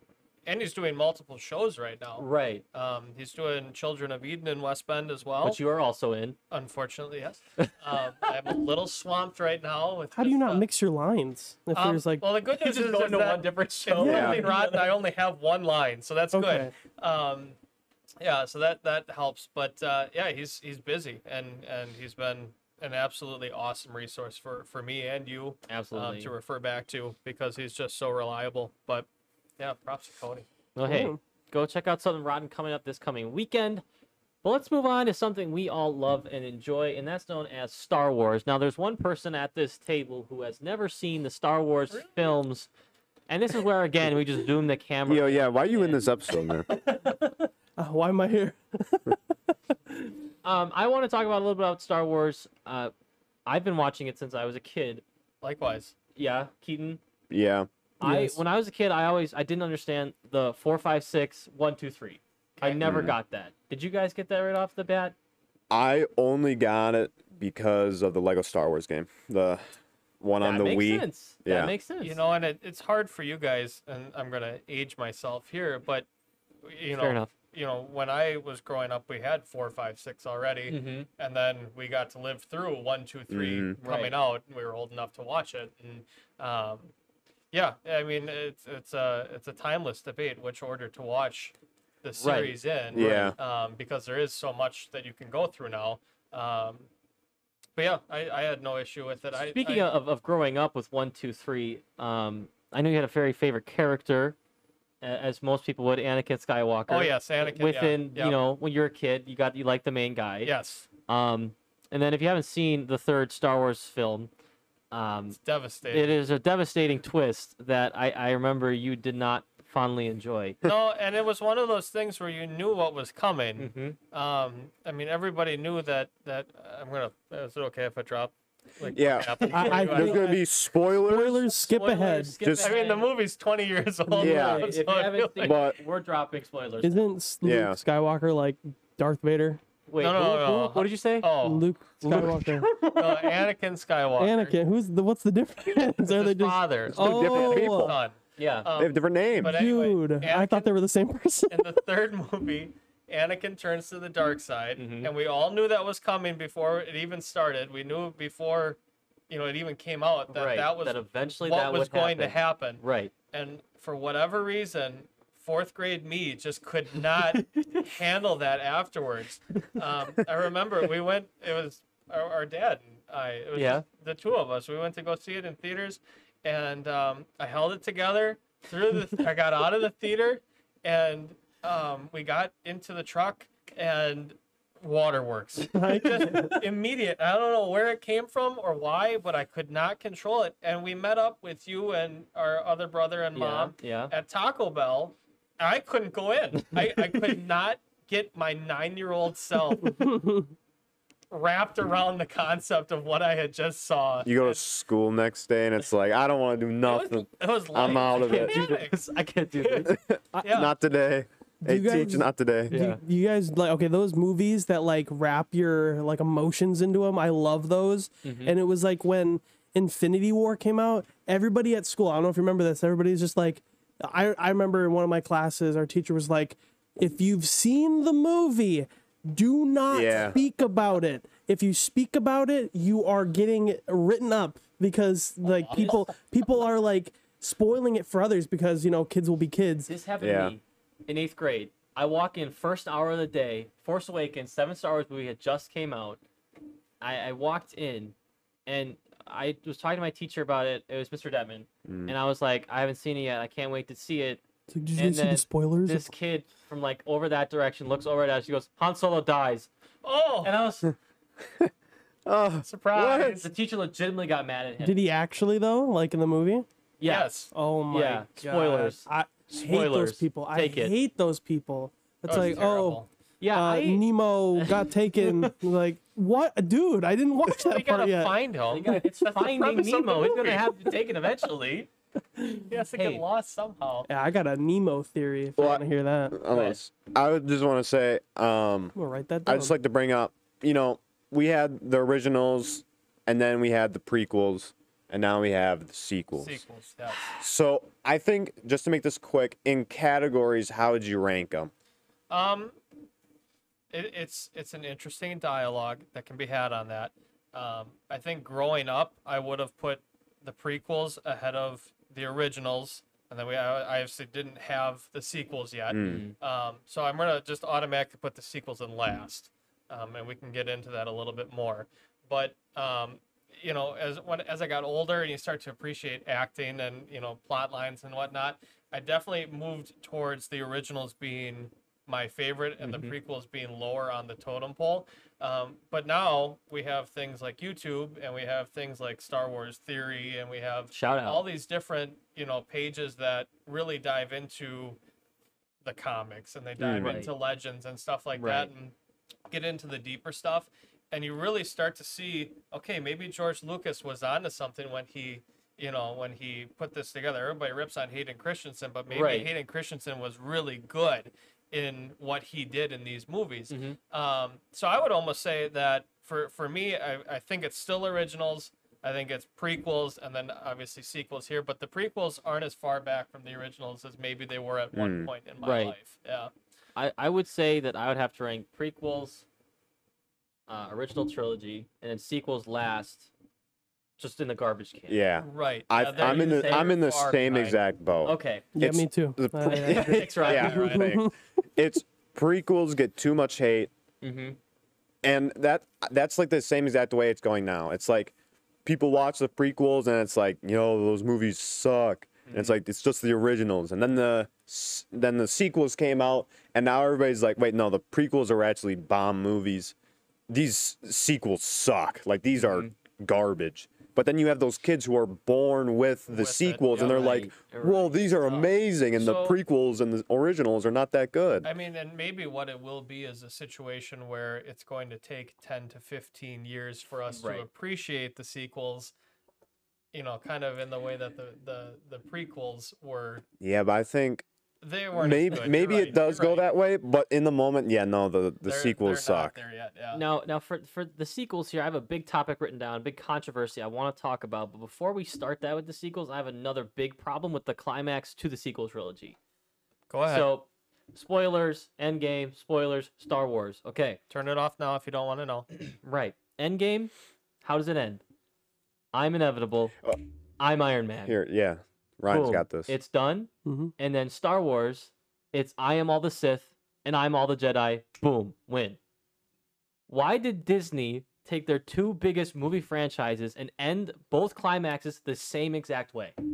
[SPEAKER 4] and he's doing multiple shows right now.
[SPEAKER 1] Right.
[SPEAKER 4] Um, he's doing Children of Eden in West Bend as well.
[SPEAKER 1] But you are also in.
[SPEAKER 4] Unfortunately, yes. Um, I'm a little swamped right now. With
[SPEAKER 3] how do you
[SPEAKER 4] just,
[SPEAKER 3] not
[SPEAKER 4] uh,
[SPEAKER 3] mix your lines? If
[SPEAKER 4] um,
[SPEAKER 3] there's like,
[SPEAKER 4] well, the good news is, is that
[SPEAKER 1] different
[SPEAKER 4] it's
[SPEAKER 1] show.
[SPEAKER 2] Yeah.
[SPEAKER 4] nothing rotten. I only have one line, so that's
[SPEAKER 3] Okay.
[SPEAKER 4] good. Um, yeah, so that that helps. But uh, yeah, he's he's busy, and and he's been an absolutely awesome resource for for me and you um,
[SPEAKER 1] Absolutely.
[SPEAKER 4] to refer back to because he's just so reliable. But yeah, props to Cody.
[SPEAKER 1] Well, hey,
[SPEAKER 3] Yeah.
[SPEAKER 1] go check out Southern Rotten coming up this coming weekend. But let's move on to something we all love and enjoy, and that's known as Star Wars. Now, there's one person at this table who has never seen the Star Wars films, and this is where again we just zoom the camera.
[SPEAKER 2] Yo, yeah, why are you in this episode, man?
[SPEAKER 3] uh, why am I here?
[SPEAKER 1] Um, I want to talk about a little bit about Star Wars. Uh, I've been watching it since I was a kid.
[SPEAKER 4] Likewise,
[SPEAKER 1] Yeah, Keaton.
[SPEAKER 2] Yeah.
[SPEAKER 1] I
[SPEAKER 3] Yes.
[SPEAKER 1] when I was a kid, I always I didn't understand the four, five, six, one, two, three. I
[SPEAKER 4] Okay.
[SPEAKER 2] Mm-hmm.
[SPEAKER 1] never got that. Did you guys get that right off the bat?
[SPEAKER 2] I only got it because of the Lego Star Wars game, the one on
[SPEAKER 1] that
[SPEAKER 2] the
[SPEAKER 1] makes
[SPEAKER 2] Wii.
[SPEAKER 1] sense.
[SPEAKER 2] Yeah.
[SPEAKER 1] That makes sense.
[SPEAKER 4] you know, and it, it's hard for you guys, and I'm gonna age myself here, but you know,
[SPEAKER 1] fair enough.
[SPEAKER 4] you know, when I was growing up, we had four, five, six already,
[SPEAKER 1] Mhm.
[SPEAKER 4] and then we got to live through one, two, three
[SPEAKER 2] Mhm.
[SPEAKER 4] coming
[SPEAKER 1] Right.
[SPEAKER 4] out. And we were old enough to watch it, and um, yeah, I mean, it's it's a it's a timeless debate which order to watch the
[SPEAKER 1] Right.
[SPEAKER 4] series in,
[SPEAKER 2] Yeah.
[SPEAKER 4] um, because there is so much that you can go through now. Um, but yeah, I, I had no issue with it. I-
[SPEAKER 1] Speaking
[SPEAKER 4] I,
[SPEAKER 1] of, of growing up with one, two, three, um, I know you had a very favorite character, a- as most people would, Anakin Skywalker.
[SPEAKER 4] oh yes, Anakin, yeah,
[SPEAKER 1] Within
[SPEAKER 4] yeah,
[SPEAKER 1] you know when you're a kid, you got you like the main guy.
[SPEAKER 4] yes,
[SPEAKER 1] Um, and then if you haven't seen the third Star Wars film, um,
[SPEAKER 4] it's devastating.
[SPEAKER 1] it is a devastating twist that I, I remember you did not fondly enjoy.
[SPEAKER 4] no, and it was one of those things where you knew what was coming.
[SPEAKER 1] Mm-hmm.
[SPEAKER 4] uh, Um, I mean, everybody knew that that I'm gonna. Is it okay if I drop Like,
[SPEAKER 2] Yeah.
[SPEAKER 4] happened.
[SPEAKER 3] I- I
[SPEAKER 2] There's
[SPEAKER 3] think-
[SPEAKER 2] gonna be spoilers.
[SPEAKER 3] Spoilers, skip
[SPEAKER 1] Spoilers,
[SPEAKER 3] ahead.
[SPEAKER 1] skip
[SPEAKER 2] Just-
[SPEAKER 4] I mean, the
[SPEAKER 1] ahead.
[SPEAKER 4] movie's 20 years old.
[SPEAKER 2] Yeah.
[SPEAKER 4] now,
[SPEAKER 1] If
[SPEAKER 4] so
[SPEAKER 1] you
[SPEAKER 4] I
[SPEAKER 1] haven't
[SPEAKER 4] feel
[SPEAKER 1] seen,
[SPEAKER 2] like-
[SPEAKER 1] it, we're dropping spoilers.
[SPEAKER 3] Isn't S- Luke
[SPEAKER 2] Yeah.
[SPEAKER 3] Skywalker like Darth Vader?
[SPEAKER 1] Wait,
[SPEAKER 4] No, no,
[SPEAKER 1] who- who-
[SPEAKER 4] no.
[SPEAKER 1] what did you say?
[SPEAKER 4] Oh,
[SPEAKER 3] Luke
[SPEAKER 1] Luke.
[SPEAKER 3] Skywalker.
[SPEAKER 4] no, Anakin Skywalker.
[SPEAKER 3] Anakin. Who's the? What's the difference?
[SPEAKER 4] It's
[SPEAKER 3] Are
[SPEAKER 4] his
[SPEAKER 3] they just
[SPEAKER 4] father. It's
[SPEAKER 2] They're different
[SPEAKER 3] Oh.
[SPEAKER 2] people.
[SPEAKER 4] son.
[SPEAKER 1] yeah.
[SPEAKER 4] Um,
[SPEAKER 2] They have different names.
[SPEAKER 4] but anyway,
[SPEAKER 3] dude? I thought they
[SPEAKER 4] Anakin-
[SPEAKER 3] were the same person.
[SPEAKER 4] in the third movie, Anakin turns to the dark side, and we all knew that was coming before it even started. We knew before, you know, it even came out that
[SPEAKER 1] right.
[SPEAKER 4] that was
[SPEAKER 1] eventually
[SPEAKER 4] what
[SPEAKER 1] that
[SPEAKER 4] was
[SPEAKER 1] would
[SPEAKER 4] going to
[SPEAKER 1] happen.
[SPEAKER 4] happen.
[SPEAKER 1] Right.
[SPEAKER 4] And for whatever reason, fourth grade me just could not handle that afterwards. Um, I remember we went. It was our, our dad and I. It was
[SPEAKER 1] Yeah.
[SPEAKER 4] just the two of us. We went to go see it in theaters, and um, I held it together. Through the, I got out of the theater, and um, we got into the truck and waterworks
[SPEAKER 3] Right?
[SPEAKER 4] just immediate. I don't know where it came from or why, but I could not control it. And we met up with you and our other brother and mom
[SPEAKER 1] Yeah.
[SPEAKER 4] at Taco Bell. I couldn't go in. I, I could not get my nine year old self wrapped around the concept of what I had just saw.
[SPEAKER 2] you go to school next day and it's like I don't want to do
[SPEAKER 4] it was,
[SPEAKER 2] nothing.
[SPEAKER 4] it was
[SPEAKER 2] I'm
[SPEAKER 4] light.
[SPEAKER 2] out of it.
[SPEAKER 1] yeah. I can't do this.
[SPEAKER 4] Yeah.
[SPEAKER 2] Not today.
[SPEAKER 3] Do
[SPEAKER 2] Hey,
[SPEAKER 3] you guys-
[SPEAKER 2] teacher, not today.
[SPEAKER 1] Yeah.
[SPEAKER 3] Do you guys like okay those movies that like wrap your like emotions into them? I love those.
[SPEAKER 1] Mm-hmm.
[SPEAKER 3] And it was like when Infinity War came out, everybody at school. I don't know if you remember this. Everybody's just like, I I remember in one of my classes, our teacher was like, if you've seen the movie, do not
[SPEAKER 2] Yeah.
[SPEAKER 3] speak about it. If you speak about it, you are getting written up because like people people are like spoiling it for others because you know kids will be kids.
[SPEAKER 1] This happened
[SPEAKER 2] Yeah.
[SPEAKER 1] to me in eighth grade. I walk in first hour of the day, Force Awakens, seven Star Wars movie had just came out. I, I walked in and I was talking to my teacher about it. It was Mr. Detman. And I was like, I haven't seen it yet. I can't wait to see it.
[SPEAKER 3] It's like, Did you
[SPEAKER 1] And
[SPEAKER 3] see the
[SPEAKER 1] then
[SPEAKER 3] spoilers?
[SPEAKER 1] This kid from like over that direction looks over at us. She goes, Han Solo dies.
[SPEAKER 4] Oh,
[SPEAKER 1] And I was,
[SPEAKER 2] Oh,
[SPEAKER 4] surprise.
[SPEAKER 1] the teacher legitimately got mad at him.
[SPEAKER 3] Did he actually though, like in the movie?
[SPEAKER 4] Yes.
[SPEAKER 3] Oh my
[SPEAKER 1] Yeah,
[SPEAKER 3] god!
[SPEAKER 1] spoilers.
[SPEAKER 3] I hate those
[SPEAKER 1] Spoilers.
[SPEAKER 3] people. I
[SPEAKER 1] Take it. Oh,
[SPEAKER 3] hate those people. It's
[SPEAKER 4] That was
[SPEAKER 3] like,
[SPEAKER 4] terrible.
[SPEAKER 1] Yeah.
[SPEAKER 3] oh, uh,
[SPEAKER 1] I,
[SPEAKER 3] Nemo got taken. like, what, dude? I didn't watch
[SPEAKER 4] We
[SPEAKER 3] that
[SPEAKER 4] gotta
[SPEAKER 3] part yet.
[SPEAKER 4] find
[SPEAKER 1] you
[SPEAKER 4] him.
[SPEAKER 1] gotta- it's
[SPEAKER 4] That's the
[SPEAKER 1] finding
[SPEAKER 4] premise of the
[SPEAKER 1] Nemo. He's
[SPEAKER 4] movie.
[SPEAKER 1] gonna have to take it eventually.
[SPEAKER 4] He has to
[SPEAKER 1] Hey.
[SPEAKER 4] get lost somehow.
[SPEAKER 3] Yeah, I got a Nemo theory. If
[SPEAKER 2] Well,
[SPEAKER 3] I want to hear that, I'm
[SPEAKER 2] almost. I would just want to say, um,
[SPEAKER 3] gonna write that down.
[SPEAKER 2] I just like to bring up, you know, we had the originals, and then we had the prequels, and now we have the sequels.
[SPEAKER 4] Sequels. Yes.
[SPEAKER 2] So I think just to make this quick, in categories, how would you rank them?
[SPEAKER 4] Um, it, it's it's an interesting dialogue that can be had on that. Um, I think growing up, I would have put the prequels ahead of the originals, and then we I I obviously didn't have the sequels yet.
[SPEAKER 2] Hmm.
[SPEAKER 4] Um, so I'm gonna just automatically put the sequels in last, um, and we can get into that a little bit more. But um, you know, as when as I got older and you start to appreciate acting and you know plot lines and whatnot, I definitely moved towards the originals being my favorite and the prequels being lower on the totem pole. Um, but now we have things like YouTube and we have things like Star Wars Theory and we have
[SPEAKER 1] Shout out.
[SPEAKER 4] all these different you know pages that really dive into the comics and they dive
[SPEAKER 1] Mm. Right.
[SPEAKER 4] into legends and stuff like
[SPEAKER 1] Right.
[SPEAKER 4] that and get into the deeper stuff and you really start to see okay maybe george lucas was onto something when he you know when he put this together everybody rips on hayden christensen but maybe
[SPEAKER 1] Right.
[SPEAKER 4] hayden christensen was really good in what he did in these movies um, so i would almost say that for for me I, I think it's still originals i think it's prequels and then obviously sequels here but the prequels aren't as far back from the originals as maybe they were at
[SPEAKER 2] Hmm.
[SPEAKER 4] one point in my
[SPEAKER 1] Right.
[SPEAKER 4] life yeah
[SPEAKER 1] I, I would say that I would have to rank prequels, uh, original trilogy, and then sequels last, just in the garbage can.
[SPEAKER 2] Yeah,
[SPEAKER 4] Right.
[SPEAKER 2] I,
[SPEAKER 4] Yeah, they're
[SPEAKER 2] I'm in the I'm in the
[SPEAKER 4] far
[SPEAKER 2] same
[SPEAKER 4] behind.
[SPEAKER 2] exact boat.
[SPEAKER 1] Okay.
[SPEAKER 3] yeah,
[SPEAKER 2] it's
[SPEAKER 3] me too. Uh,
[SPEAKER 2] the
[SPEAKER 3] I- I-
[SPEAKER 2] pre-
[SPEAKER 1] Thanks, Rob.
[SPEAKER 2] yeah,
[SPEAKER 4] Right.
[SPEAKER 2] thanks. it's prequels get too much hate,
[SPEAKER 1] Mm-hmm.
[SPEAKER 2] and that that's like the same exact way it's going now. It's like people watch the prequels and it's like, you know, those movies suck. And it's like it's just the originals, and then the s- then the sequels came out, and now everybody's like, wait, no, the prequels are actually bomb movies. These sequels suck. Like these are garbage. But then you have those kids who are born with the
[SPEAKER 4] With it,
[SPEAKER 2] sequels, and
[SPEAKER 1] yeah,
[SPEAKER 2] they're
[SPEAKER 1] right,
[SPEAKER 2] like,
[SPEAKER 1] right.
[SPEAKER 2] "Whoa, these are amazing," and the
[SPEAKER 4] So-
[SPEAKER 2] prequels and the originals are not that good.
[SPEAKER 4] I mean, and maybe what it will be is a situation where it's going to take 10 to 15 years for us
[SPEAKER 1] Right.
[SPEAKER 4] to appreciate the sequels, you know, kind of in the way that the, the, the prequels were.
[SPEAKER 2] yeah, but I think
[SPEAKER 4] They weren't. as
[SPEAKER 2] maybe
[SPEAKER 4] good, you're
[SPEAKER 2] maybe
[SPEAKER 4] right,
[SPEAKER 2] it does
[SPEAKER 4] you're
[SPEAKER 2] go
[SPEAKER 4] right.
[SPEAKER 2] that way. But in the moment, yeah, no, the the
[SPEAKER 4] They're-
[SPEAKER 2] sequels
[SPEAKER 4] they're not
[SPEAKER 2] suck.
[SPEAKER 4] there yet, yeah.
[SPEAKER 1] Now, now for for the sequels here, I have a big topic written down, big controversy I want to talk about. But before we start that with the sequels, I have another big problem with the climax to the sequel trilogy.
[SPEAKER 4] Go ahead.
[SPEAKER 1] So, spoilers, Endgame, spoilers, Star Wars. Okay,
[SPEAKER 4] Turn it off now if you don't want to know.
[SPEAKER 1] right. Endgame, how does it end? I'm inevitable.
[SPEAKER 2] Uh,
[SPEAKER 1] I'm Iron Man.
[SPEAKER 2] Here, yeah, Ryan's
[SPEAKER 1] Boom.
[SPEAKER 2] got this.
[SPEAKER 1] It's done.
[SPEAKER 3] Mhm.
[SPEAKER 1] And then Star Wars, it's I am all the Sith and I'm all the Jedi. Boom, win. Why did Disney take their two biggest movie franchises and end both climaxes the same exact way? It's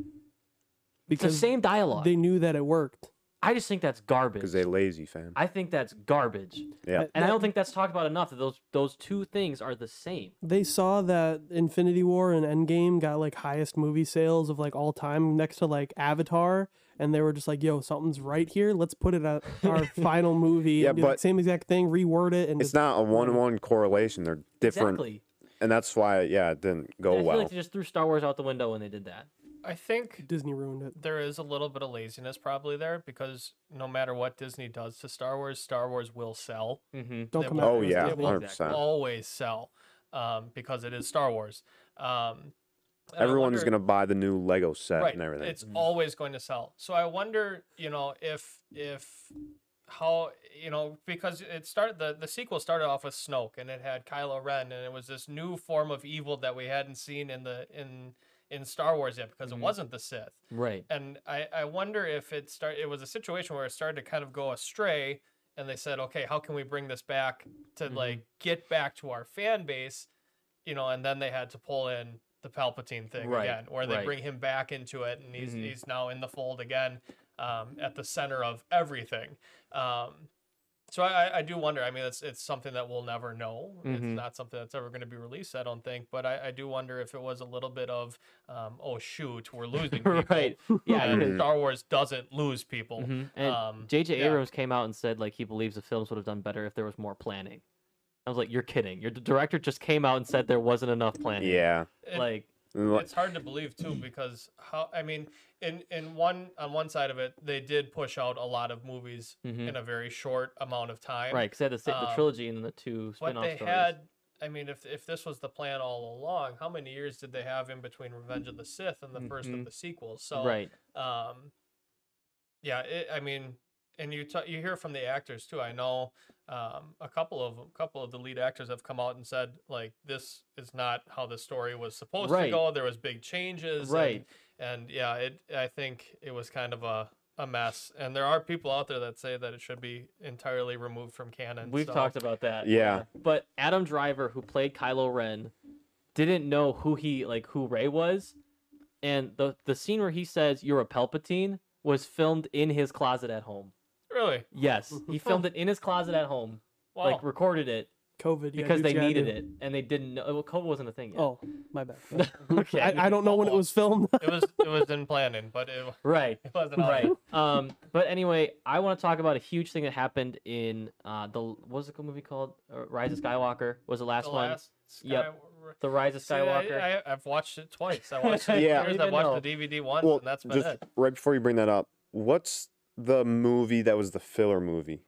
[SPEAKER 1] the
[SPEAKER 3] because
[SPEAKER 1] same dialogue.
[SPEAKER 3] they knew that it worked.
[SPEAKER 1] I just think that's garbage.
[SPEAKER 2] because they lazy fan.
[SPEAKER 1] I think that's garbage.
[SPEAKER 2] Yeah,
[SPEAKER 1] And I don't think that's talked about enough that those those two things are the same.
[SPEAKER 3] They saw that Infinity War and Endgame got like highest movie sales of like all time next to like Avatar, and they were just like, "Yo, something's right here. Let's put it at our final movie.
[SPEAKER 2] Yeah,
[SPEAKER 3] and do the
[SPEAKER 2] but-
[SPEAKER 3] same exact thing, reword it, and
[SPEAKER 2] it's
[SPEAKER 3] just,
[SPEAKER 2] not a one-one correlation. They're different,
[SPEAKER 1] Exactly.
[SPEAKER 2] and that's why yeah, it didn't go
[SPEAKER 1] I feel
[SPEAKER 2] well.
[SPEAKER 1] like they just threw Star Wars out the window when they did that.
[SPEAKER 4] I think
[SPEAKER 3] Disney ruined it.
[SPEAKER 4] there is a little bit of laziness probably there because no matter what Disney does to Star Wars, Star Wars will sell.
[SPEAKER 1] Mm-hmm.
[SPEAKER 3] Don't
[SPEAKER 4] They
[SPEAKER 3] come after
[SPEAKER 4] won't.
[SPEAKER 2] oh
[SPEAKER 3] us,
[SPEAKER 2] yeah,
[SPEAKER 3] Disney.
[SPEAKER 1] Exactly.
[SPEAKER 2] hundred percent.
[SPEAKER 4] Always sell um, because it is Star Wars. Um, and I
[SPEAKER 2] Everyone's
[SPEAKER 4] wonder-
[SPEAKER 2] gonna buy the new Lego set
[SPEAKER 4] right,
[SPEAKER 2] and everything.
[SPEAKER 4] It's always going to sell. So I wonder, you know, if if how you know because it started the the sequel started off with Snoke and it had Kylo Ren and it was this new form of evil that we hadn't seen in the in in Star Wars yet because
[SPEAKER 1] Mhm.
[SPEAKER 4] it wasn't the Sith
[SPEAKER 1] Right.
[SPEAKER 4] and I, I wonder if it start it was a situation where it started to kind of go astray and they said okay how can we bring this back to
[SPEAKER 1] Mhm.
[SPEAKER 4] like get back to our fan base you know and then they had to pull in the palpatine thing
[SPEAKER 1] Right,
[SPEAKER 4] again where they
[SPEAKER 1] right.
[SPEAKER 4] bring him back into it and he's
[SPEAKER 1] Mhm.
[SPEAKER 4] he's now in the fold again um, at the center of everything um, so I, I- I do wonder. I mean, it's it's something that we'll never know. It's
[SPEAKER 1] Mhm.
[SPEAKER 4] not something that's ever going to be released, I don't think. But I, I do wonder if it was a little bit of, um, oh shoot, we're losing people.
[SPEAKER 1] Right. Yeah.
[SPEAKER 4] And
[SPEAKER 1] because-
[SPEAKER 4] Star Wars doesn't lose people.
[SPEAKER 3] Mm-hmm.
[SPEAKER 1] Mhm.
[SPEAKER 3] Uh,
[SPEAKER 1] And
[SPEAKER 4] Um,
[SPEAKER 1] J.J.
[SPEAKER 4] yeah.
[SPEAKER 1] Abrams came out and said like he believes the films would have done better if there was more planning. I was like, you're kidding. Your d- director just came out and said there wasn't enough planning.
[SPEAKER 2] yeah,
[SPEAKER 4] It-
[SPEAKER 1] Like,
[SPEAKER 2] And li-
[SPEAKER 4] it's hard to believe too because how I mean, in in one on one side of it, they did push out a lot of movies
[SPEAKER 1] Mhm.
[SPEAKER 4] in a very short amount of time.
[SPEAKER 1] right? Because they had the, sa- the
[SPEAKER 4] um,
[SPEAKER 1] trilogy and the two
[SPEAKER 4] What
[SPEAKER 1] spin-off
[SPEAKER 4] they
[SPEAKER 1] stories.
[SPEAKER 4] had, I mean, if if this was the plan all along, how many years did they have in between Revenge of the Sith and the first
[SPEAKER 1] Mhm.
[SPEAKER 4] of the sequels? So
[SPEAKER 1] right.
[SPEAKER 4] um yeah it, i mean and you t- you hear from the actors too i know um a couple of a couple of the lead actors have come out and said like this is not how the story was supposed
[SPEAKER 1] Right.
[SPEAKER 4] to go there was big changes
[SPEAKER 1] Right.
[SPEAKER 4] and, and yeah it i think it was kind of a a mess and there are people out there that say that it should be entirely removed from canon
[SPEAKER 1] We've
[SPEAKER 4] so-
[SPEAKER 1] talked about that.
[SPEAKER 2] Yeah.
[SPEAKER 1] But Adam Driver, who played Kylo Ren, didn't know who he like who Ray was, and the the scene where he says "You're a Palpatine" was filmed in his closet at home.
[SPEAKER 4] really
[SPEAKER 1] Yes, he filmed it in his closet at home,
[SPEAKER 4] wow
[SPEAKER 1] like recorded it
[SPEAKER 3] COVID yeah,
[SPEAKER 1] because
[SPEAKER 3] do
[SPEAKER 1] they
[SPEAKER 3] what you gotta
[SPEAKER 1] needed
[SPEAKER 3] do.
[SPEAKER 1] it and they didn't know. Well, COVID wasn't a thing yet.
[SPEAKER 3] Oh, my bad.
[SPEAKER 1] okay.
[SPEAKER 3] I, I don't know when it was filmed.
[SPEAKER 4] it was it was in planning but it,
[SPEAKER 1] right.
[SPEAKER 4] it wasn't out
[SPEAKER 1] Right. um. But anyway, I want to talk about a huge thing that happened in uh the what was the movie called? Uh, Rise of Skywalker was the last
[SPEAKER 4] the
[SPEAKER 1] one.
[SPEAKER 4] last
[SPEAKER 1] Yep.
[SPEAKER 4] Skywalker-
[SPEAKER 1] The Rise of
[SPEAKER 4] See, I-
[SPEAKER 1] Skywalker.
[SPEAKER 4] I, have watched it twice. I watched it
[SPEAKER 2] Yeah.
[SPEAKER 4] yeah,
[SPEAKER 1] I don't
[SPEAKER 4] years. I
[SPEAKER 1] even
[SPEAKER 4] watched
[SPEAKER 1] know.
[SPEAKER 4] the DVD once,
[SPEAKER 2] well,
[SPEAKER 4] and that's been
[SPEAKER 2] just
[SPEAKER 4] it.
[SPEAKER 2] right before you bring that up, what's the movie that was the filler movie?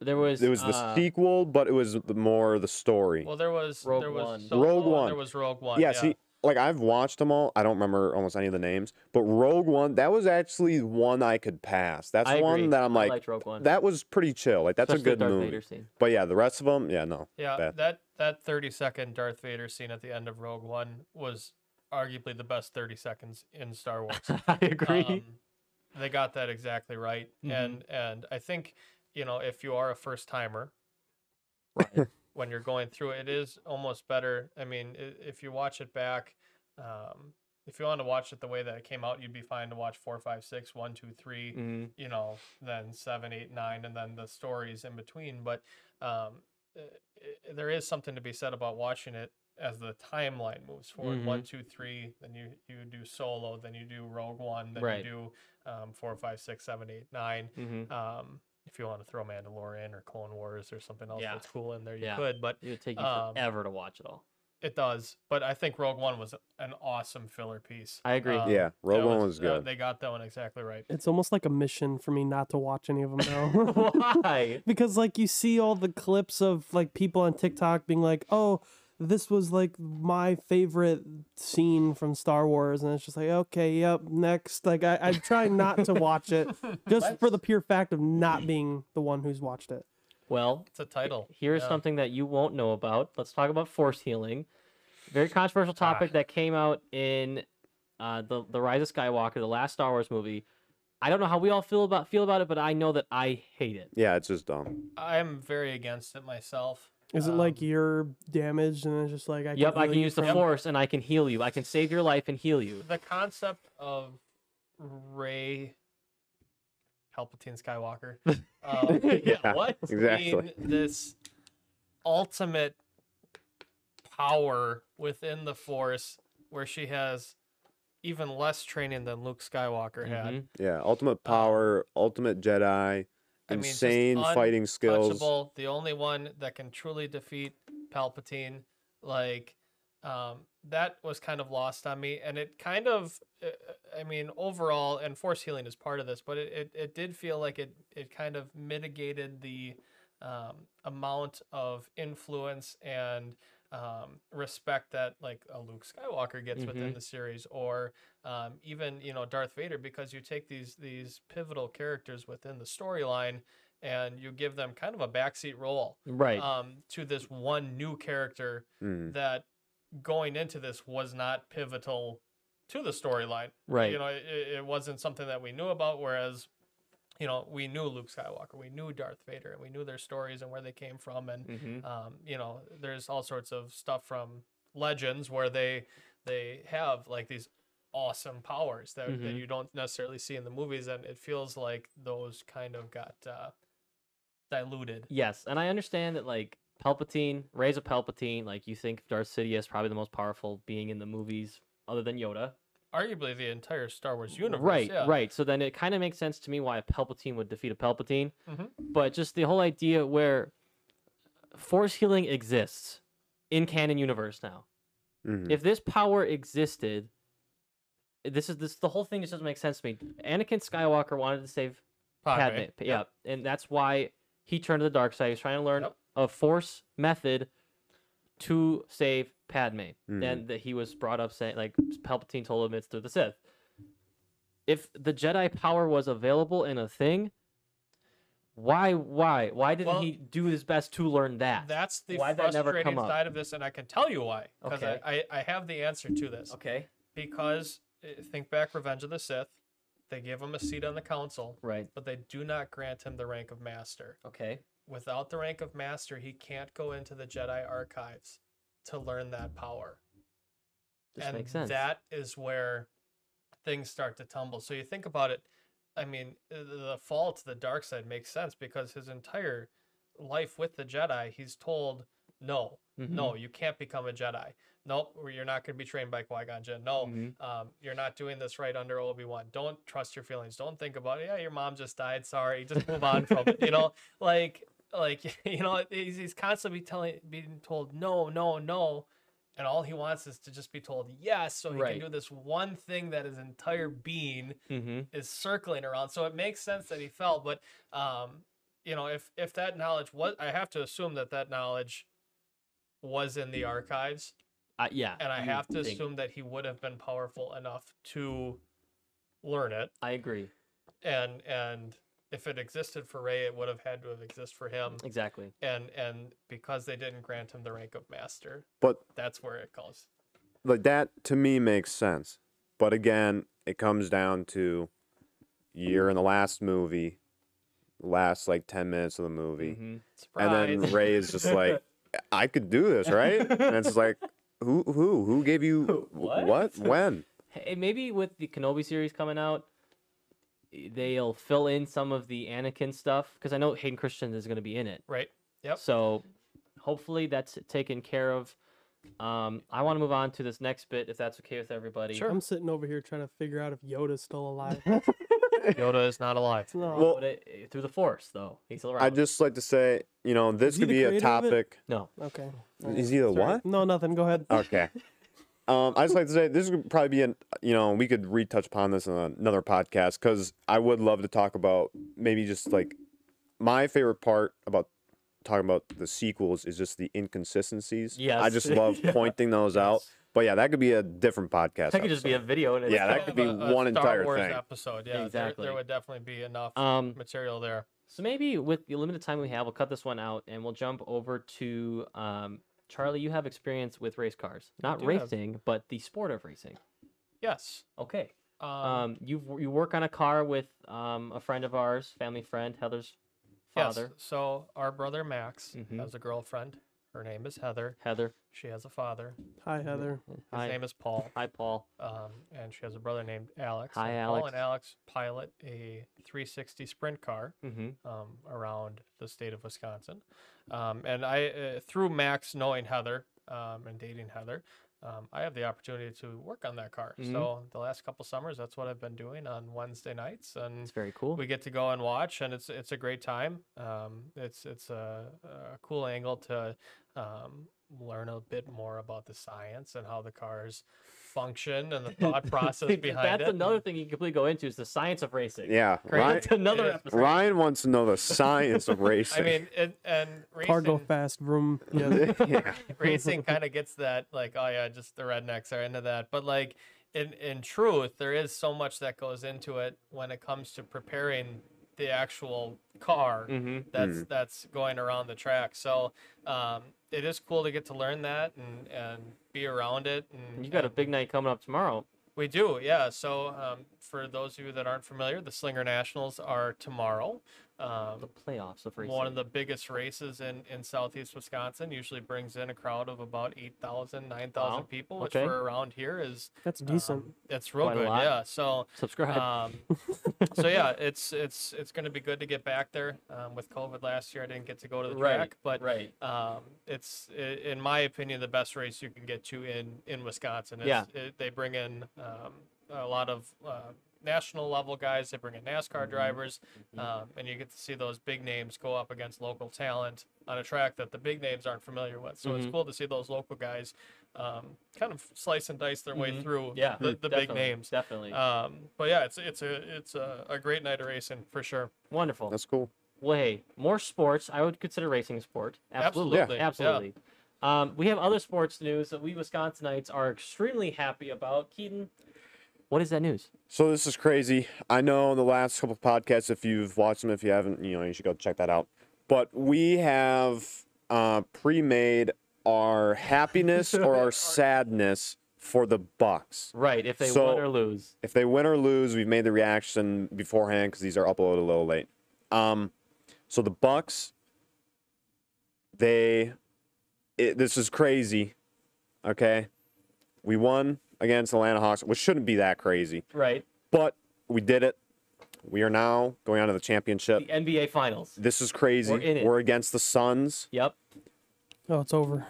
[SPEAKER 1] There was
[SPEAKER 2] It was the
[SPEAKER 1] uh,
[SPEAKER 2] sequel, but it was the, more the story.
[SPEAKER 4] Well, there was
[SPEAKER 1] Rogue
[SPEAKER 4] there was
[SPEAKER 1] One.
[SPEAKER 4] Solo,
[SPEAKER 2] Rogue
[SPEAKER 4] and
[SPEAKER 2] One.
[SPEAKER 4] There was Rogue One.
[SPEAKER 2] yeah,
[SPEAKER 4] Yeah,
[SPEAKER 2] see, like I've watched them all. I don't remember almost any of the names, but Rogue One that was actually one I could pass. That's
[SPEAKER 1] I agree.
[SPEAKER 2] one that I'm
[SPEAKER 1] I
[SPEAKER 2] like,
[SPEAKER 1] liked Rogue One.
[SPEAKER 2] that was pretty chill. Like that's
[SPEAKER 1] Especially
[SPEAKER 2] a good
[SPEAKER 1] Darth
[SPEAKER 2] movie.
[SPEAKER 1] Vader scene.
[SPEAKER 2] But yeah, the rest of them, yeah, no.
[SPEAKER 4] yeah.
[SPEAKER 2] bad.
[SPEAKER 4] That that thirty second Darth Vader scene at the end of Rogue One was arguably the best thirty seconds in Star Wars.
[SPEAKER 1] I agree.
[SPEAKER 4] Um, they got that exactly right,
[SPEAKER 1] Mhm.
[SPEAKER 4] and and I think you know if you are a first timer,
[SPEAKER 1] Right.
[SPEAKER 4] when you're going through it, it is almost better. I mean, i- if you watch it back, um, if you wanted to watch it the way that it came out, you'd be fine to watch four, five, six, one, two, three,
[SPEAKER 1] Mhm.
[SPEAKER 4] you know, then seven, eight, nine, and then the uh, stories in between. But um, i- i- there is something to be said about watching it as the timeline moves forward.
[SPEAKER 1] Mm-hmm.
[SPEAKER 4] One, two, three. Then you you do solo. Then you do Rogue One. Then
[SPEAKER 1] Right.
[SPEAKER 4] you do um, four, five, six, seven, eight, nine.
[SPEAKER 1] Mhm.
[SPEAKER 4] Um, if you want to throw Mandalorian or Clone Wars or something else
[SPEAKER 1] Yeah.
[SPEAKER 4] that's cool in there, you
[SPEAKER 1] Yeah.
[SPEAKER 4] could. But
[SPEAKER 1] It would take you
[SPEAKER 4] Um,
[SPEAKER 1] forever to watch it all.
[SPEAKER 4] it does. But I think Rogue One was an awesome filler piece.
[SPEAKER 1] I agree.
[SPEAKER 4] Um,
[SPEAKER 2] Yeah, Rogue
[SPEAKER 4] that
[SPEAKER 2] One was
[SPEAKER 4] uh,
[SPEAKER 2] good.
[SPEAKER 4] they got that one exactly right.
[SPEAKER 3] It's almost like a mission for me not to watch any of them now.
[SPEAKER 1] Why?
[SPEAKER 3] because like you see all the clips of like people on TikTok being like, "Oh, this was like my favorite scene from Star Wars," and it's just like, "Okay, yep, next." Like I, I try not to watch it just for the pure fact of not being the one who's watched it.
[SPEAKER 1] Well,
[SPEAKER 4] It's a title.
[SPEAKER 1] here's
[SPEAKER 4] Yeah.
[SPEAKER 1] something that you won't know about. Let's talk about force healing. Very controversial
[SPEAKER 4] Ah.
[SPEAKER 1] topic that came out in uh, the the Rise of Skywalker, the last Star Wars movie. I don't know how we all feel about feel about it, but I know that I hate it.
[SPEAKER 2] Yeah, it's just dumb.
[SPEAKER 4] I'm very against it myself.
[SPEAKER 3] Is it
[SPEAKER 2] Oh.
[SPEAKER 3] like
[SPEAKER 4] Um,
[SPEAKER 3] you're damaged and it's just like I can
[SPEAKER 1] Yep, I
[SPEAKER 3] heal
[SPEAKER 1] can
[SPEAKER 3] you
[SPEAKER 1] use the
[SPEAKER 3] from-
[SPEAKER 1] force and I can heal you. I can save your life and heal you.
[SPEAKER 4] the concept of Ray Palpatine Skywalker? Um,
[SPEAKER 2] Yeah,
[SPEAKER 1] what?
[SPEAKER 2] Exactly.
[SPEAKER 4] being this ultimate power within the Force, where she has even less training than Luke Skywalker had.
[SPEAKER 1] Mhm.
[SPEAKER 2] Yeah, ultimate power, ultimate Jedi,
[SPEAKER 4] I mean, just
[SPEAKER 2] insane fighting skills.
[SPEAKER 4] touchable, the only one that can truly defeat Palpatine. Like, um, that was kind of lost on me, and it kind of, uh, I mean, overall, and force healing is part of this, but it, it, it did feel like it it kind of mitigated the um, amount of influence and um, respect that like a Luke Skywalker gets within the series, or um, even you know Darth Vader, because you take these these pivotal characters within the storyline and you give them kind of a backseat role
[SPEAKER 1] Right.
[SPEAKER 4] um, to this one new character
[SPEAKER 2] Mm.
[SPEAKER 4] that going into this was not pivotal to the storyline.
[SPEAKER 1] Right.
[SPEAKER 4] You know, it, it wasn't something that we knew about. Whereas, you know, we knew Luke Skywalker, we knew Darth Vader, and we knew their stories and where they came from, and
[SPEAKER 1] Mhm.
[SPEAKER 4] um, you know, there's all sorts of stuff from legends where they they have like these awesome powers that, that
[SPEAKER 1] Mhm.
[SPEAKER 4] you don't necessarily see in the movies, and it feels like those kind of got uh, diluted.
[SPEAKER 1] Yes, and I understand that like Palpatine, Ray's a Palpatine. Like you think Darth Sidious probably the most powerful being in the movies, other than Yoda.
[SPEAKER 4] Arguably, the entire Star Wars universe.
[SPEAKER 1] right,
[SPEAKER 4] yeah.
[SPEAKER 1] right. So then it kind of makes sense to me why a Palpatine would defeat a Palpatine.
[SPEAKER 4] Mhm.
[SPEAKER 1] But just the whole idea where force healing exists in canon universe now.
[SPEAKER 2] Mhm.
[SPEAKER 1] If this power existed, this is this the whole thing just doesn't make sense to me. Anakin Skywalker wanted to save
[SPEAKER 4] Padme,
[SPEAKER 1] Padme. p- Yeah. And that's why he turned to the dark side. He's trying to learn
[SPEAKER 4] Yep.
[SPEAKER 1] a force method to save Padme.
[SPEAKER 4] Mm-hmm.
[SPEAKER 2] Mhm.
[SPEAKER 1] And that he was brought up saying, like, Palpatine told him it's through the Sith. If the Jedi power was available in a thing, why, why, why didn't
[SPEAKER 4] Well,
[SPEAKER 1] he do his best to learn that?
[SPEAKER 4] That's the
[SPEAKER 1] Why'd that never
[SPEAKER 4] frustrating
[SPEAKER 1] come up?
[SPEAKER 4] side of this, and I can tell you why. Because
[SPEAKER 1] Okay.
[SPEAKER 4] I, I, I have the answer to this.
[SPEAKER 1] okay,
[SPEAKER 4] Because uh, think back Revenge of the Sith. They give him a seat on the council,
[SPEAKER 1] right,
[SPEAKER 4] but they do not grant him the rank of master.
[SPEAKER 1] okay,
[SPEAKER 4] Without the rank of master, he can't go into the Jedi archives to learn that power.
[SPEAKER 1] this
[SPEAKER 4] and
[SPEAKER 1] makes sense.
[SPEAKER 4] that is where things start to tumble. So you think about it. I mean, uh, the fall to the dark side makes sense because his entire life with the Jedi, he's told, no,
[SPEAKER 1] Mm-hmm.
[SPEAKER 4] no, you can't become a Jedi. Nope, or you're not going to be trained by Qui Gon Jinn. No,
[SPEAKER 1] Mhm.
[SPEAKER 4] um, you're not doing this right under Obi Wan. Don't trust your feelings. Don't think about it. Yeah, your mom just died. Sorry, just move on from it. You know, like, like you know, he's, he's constantly telling, being told no, no, no, and all he wants is to just be told yes, so he
[SPEAKER 1] Right.
[SPEAKER 4] can do this one thing that his entire being
[SPEAKER 1] Mm-hmm.
[SPEAKER 4] is circling around. So it makes sense that he fell, but um, you know, if if that knowledge was, I have to assume that that knowledge was in the archives,
[SPEAKER 1] Uh, yeah,
[SPEAKER 4] and I
[SPEAKER 1] you
[SPEAKER 4] have to
[SPEAKER 1] think-
[SPEAKER 4] assume that he would have been powerful enough to learn it,
[SPEAKER 1] I agree
[SPEAKER 4] and and if it existed for Ray, it would have had to have existed for him,
[SPEAKER 2] Mm-hmm.
[SPEAKER 1] exactly.
[SPEAKER 4] and and because they didn't grant him the rank of master,
[SPEAKER 2] But
[SPEAKER 4] that's where it goes.
[SPEAKER 2] like that to me makes sense. But again, it comes down to you're in the last movie, last like ten minutes of the movie,
[SPEAKER 1] Mhm.
[SPEAKER 3] Mm-hmm.
[SPEAKER 4] Surprise.
[SPEAKER 2] and then Ray is just like, "I could do this, right?" And it's just like, "Who, who, who gave you
[SPEAKER 1] What?
[SPEAKER 2] what, what? when?"
[SPEAKER 1] Hey, maybe with the Kenobi series coming out, they'll fill in some of the Anakin stuff because I know Hayden Christensen is going to be in it.
[SPEAKER 4] right, yep,
[SPEAKER 1] So hopefully that's taken care of. Um, I want to move on to this next bit, if that's okay with everybody.
[SPEAKER 2] Sure.
[SPEAKER 3] I'm sitting over here trying to figure out if Yoda's still alive.
[SPEAKER 4] Yoda is not alive.
[SPEAKER 3] No.
[SPEAKER 2] Well-
[SPEAKER 1] But it- eh, through the Force, though, he's still around.
[SPEAKER 2] I'd just like to say, you know, this
[SPEAKER 3] he
[SPEAKER 2] could
[SPEAKER 3] the
[SPEAKER 2] be a
[SPEAKER 3] creator of it?
[SPEAKER 2] topic.
[SPEAKER 1] no.
[SPEAKER 3] okay.
[SPEAKER 2] Is he the what?
[SPEAKER 3] No, nothing. Go ahead.
[SPEAKER 2] Okay. Um, I just like to say this would probably be an you know we could retouch upon this in another podcast because I would love to talk about maybe just like my favorite part about talking about the sequels is just the inconsistencies. I
[SPEAKER 1] Yes.
[SPEAKER 2] just love pointing those out. But yeah, that could be a different podcast.
[SPEAKER 1] That could just be a
[SPEAKER 2] episode.
[SPEAKER 1] video. And it's
[SPEAKER 2] Yeah, that
[SPEAKER 1] done.
[SPEAKER 2] could be
[SPEAKER 4] Of a- a
[SPEAKER 2] one
[SPEAKER 4] Star
[SPEAKER 2] entire
[SPEAKER 4] Wars
[SPEAKER 2] thing.
[SPEAKER 4] episode. Yeah,
[SPEAKER 1] Exactly.
[SPEAKER 4] There, there would definitely be enough
[SPEAKER 1] Um,
[SPEAKER 4] material there.
[SPEAKER 1] So maybe with the limited time we have, we'll cut this one out and we'll jump over to um, Charlie. You have experience with race cars, not
[SPEAKER 4] do have.
[SPEAKER 1] racing, but the sport of racing.
[SPEAKER 4] Yes.
[SPEAKER 1] Okay.
[SPEAKER 4] Um,
[SPEAKER 1] Um, you you work on a car with um, a friend of ours, family friend, Heather's
[SPEAKER 4] yes.
[SPEAKER 1] father,
[SPEAKER 4] So our brother Max
[SPEAKER 1] Mhm.
[SPEAKER 4] has a girlfriend. Her name is Heather.
[SPEAKER 1] Heather.
[SPEAKER 4] She has a father.
[SPEAKER 3] Hi, Heather.
[SPEAKER 4] His
[SPEAKER 1] Hi,
[SPEAKER 4] name is Paul.
[SPEAKER 1] hi, Paul.
[SPEAKER 4] Um, and she has a brother named Alex.
[SPEAKER 1] Hi,
[SPEAKER 4] and Paul
[SPEAKER 1] Alex.
[SPEAKER 4] and Alex pilot a 360 sprint car.
[SPEAKER 1] Mm-hmm.
[SPEAKER 4] um, around the state of Wisconsin. Um, and I, uh, through Max knowing Heather um, and dating Heather, um, I have the opportunity to work on that car.
[SPEAKER 1] Mhm.
[SPEAKER 4] So the last couple summers, that's what I've been doing on Wednesday nights, and
[SPEAKER 1] It's very cool.
[SPEAKER 4] we get to go and watch, and it's it's a great time. Um, it's it's a, a cool angle to um, learn a bit more about the science and how the cars function and the thought process behind
[SPEAKER 1] That's
[SPEAKER 4] it.
[SPEAKER 1] another thing you can completely go into is the science of racing.
[SPEAKER 2] Yeah, Ryan,
[SPEAKER 1] That's another
[SPEAKER 4] Yeah.
[SPEAKER 1] episode.
[SPEAKER 2] Ryan wants to know the science of
[SPEAKER 4] I
[SPEAKER 2] racing.
[SPEAKER 4] mean, and, and
[SPEAKER 3] Car go
[SPEAKER 4] racing-
[SPEAKER 3] fast. Vroom. Yeah.
[SPEAKER 2] yeah.
[SPEAKER 4] racing kind of gets that like oh yeah just the rednecks are into that but like in in truth there is so much that goes into it when it comes to preparing the actual car
[SPEAKER 1] Mhm.
[SPEAKER 4] that's that's going around the track so um it is cool to get to learn that and and be around it and
[SPEAKER 1] You got a
[SPEAKER 4] and-
[SPEAKER 1] big night coming up tomorrow.
[SPEAKER 4] we do, yeah. So um, for those of you that aren't familiar, the Slinger Nationals are tomorrow. Um,
[SPEAKER 1] The playoffs of racing.
[SPEAKER 4] one of the biggest races in, in southeast Wisconsin. Usually brings in a crowd of about 8,000, 9,000
[SPEAKER 1] Wow.
[SPEAKER 4] people, which
[SPEAKER 1] Okay.
[SPEAKER 4] for around here is
[SPEAKER 3] That's
[SPEAKER 2] Uh,
[SPEAKER 4] um,
[SPEAKER 3] decent.
[SPEAKER 4] it's real
[SPEAKER 1] Quite a
[SPEAKER 4] good,
[SPEAKER 1] lot.
[SPEAKER 4] yeah. So,
[SPEAKER 1] Subscribe.
[SPEAKER 4] um, so yeah, it's it's it's going to be good to get back there. Um, with COVID last year, I didn't get to go to the
[SPEAKER 1] Right,
[SPEAKER 4] track, but
[SPEAKER 1] right.
[SPEAKER 4] um, it's i- in my opinion the best race you can get to in in Wisconsin. It's, it, they bring in um, a lot of uh, national level guys. They bring in
[SPEAKER 1] Mm-hmm.
[SPEAKER 4] NASCAR drivers, um, and you get to see those big names go up against local talent on a track that the big names aren't familiar with. So it's
[SPEAKER 1] Mhm.
[SPEAKER 4] cool to see those local guys um, kind of slice and dice their way
[SPEAKER 1] Mhm.
[SPEAKER 4] through
[SPEAKER 1] yeah,
[SPEAKER 4] the, the big
[SPEAKER 1] definitely,
[SPEAKER 4] names.
[SPEAKER 1] Definitely.
[SPEAKER 4] Um, but yeah, it's it's a it's a, a great night of racing for sure.
[SPEAKER 1] Wonderful.
[SPEAKER 2] That's cool.
[SPEAKER 1] Well, hey, more sports. I would consider racing a sport. Absolutely.
[SPEAKER 4] Absolutely, yeah.
[SPEAKER 1] Absolutely. Um, we have other sports news that we Wisconsinites are extremely happy about. Keaton, what is that news?
[SPEAKER 2] So this is crazy. I know in the last couple of podcasts, if you've watched them, if you haven't, you know, you should go check that out. But we have uh, pre-made our happiness or our sadness for the Bucks.
[SPEAKER 1] Right, if they
[SPEAKER 2] So-
[SPEAKER 1] win or lose.
[SPEAKER 2] If they win or lose, we've made the reaction beforehand because these are uploaded a little late. Um, so the Bucks, they, it, this is crazy. Okay, we won against the Atlanta Hawks, which shouldn't be that crazy.
[SPEAKER 1] Right.
[SPEAKER 2] But we did it. We are now going on to the
[SPEAKER 1] The
[SPEAKER 2] championship.
[SPEAKER 1] NBA Finals.
[SPEAKER 2] This is crazy.
[SPEAKER 1] We're in it.
[SPEAKER 2] against the Suns.
[SPEAKER 1] Yep.
[SPEAKER 3] Oh, it's over.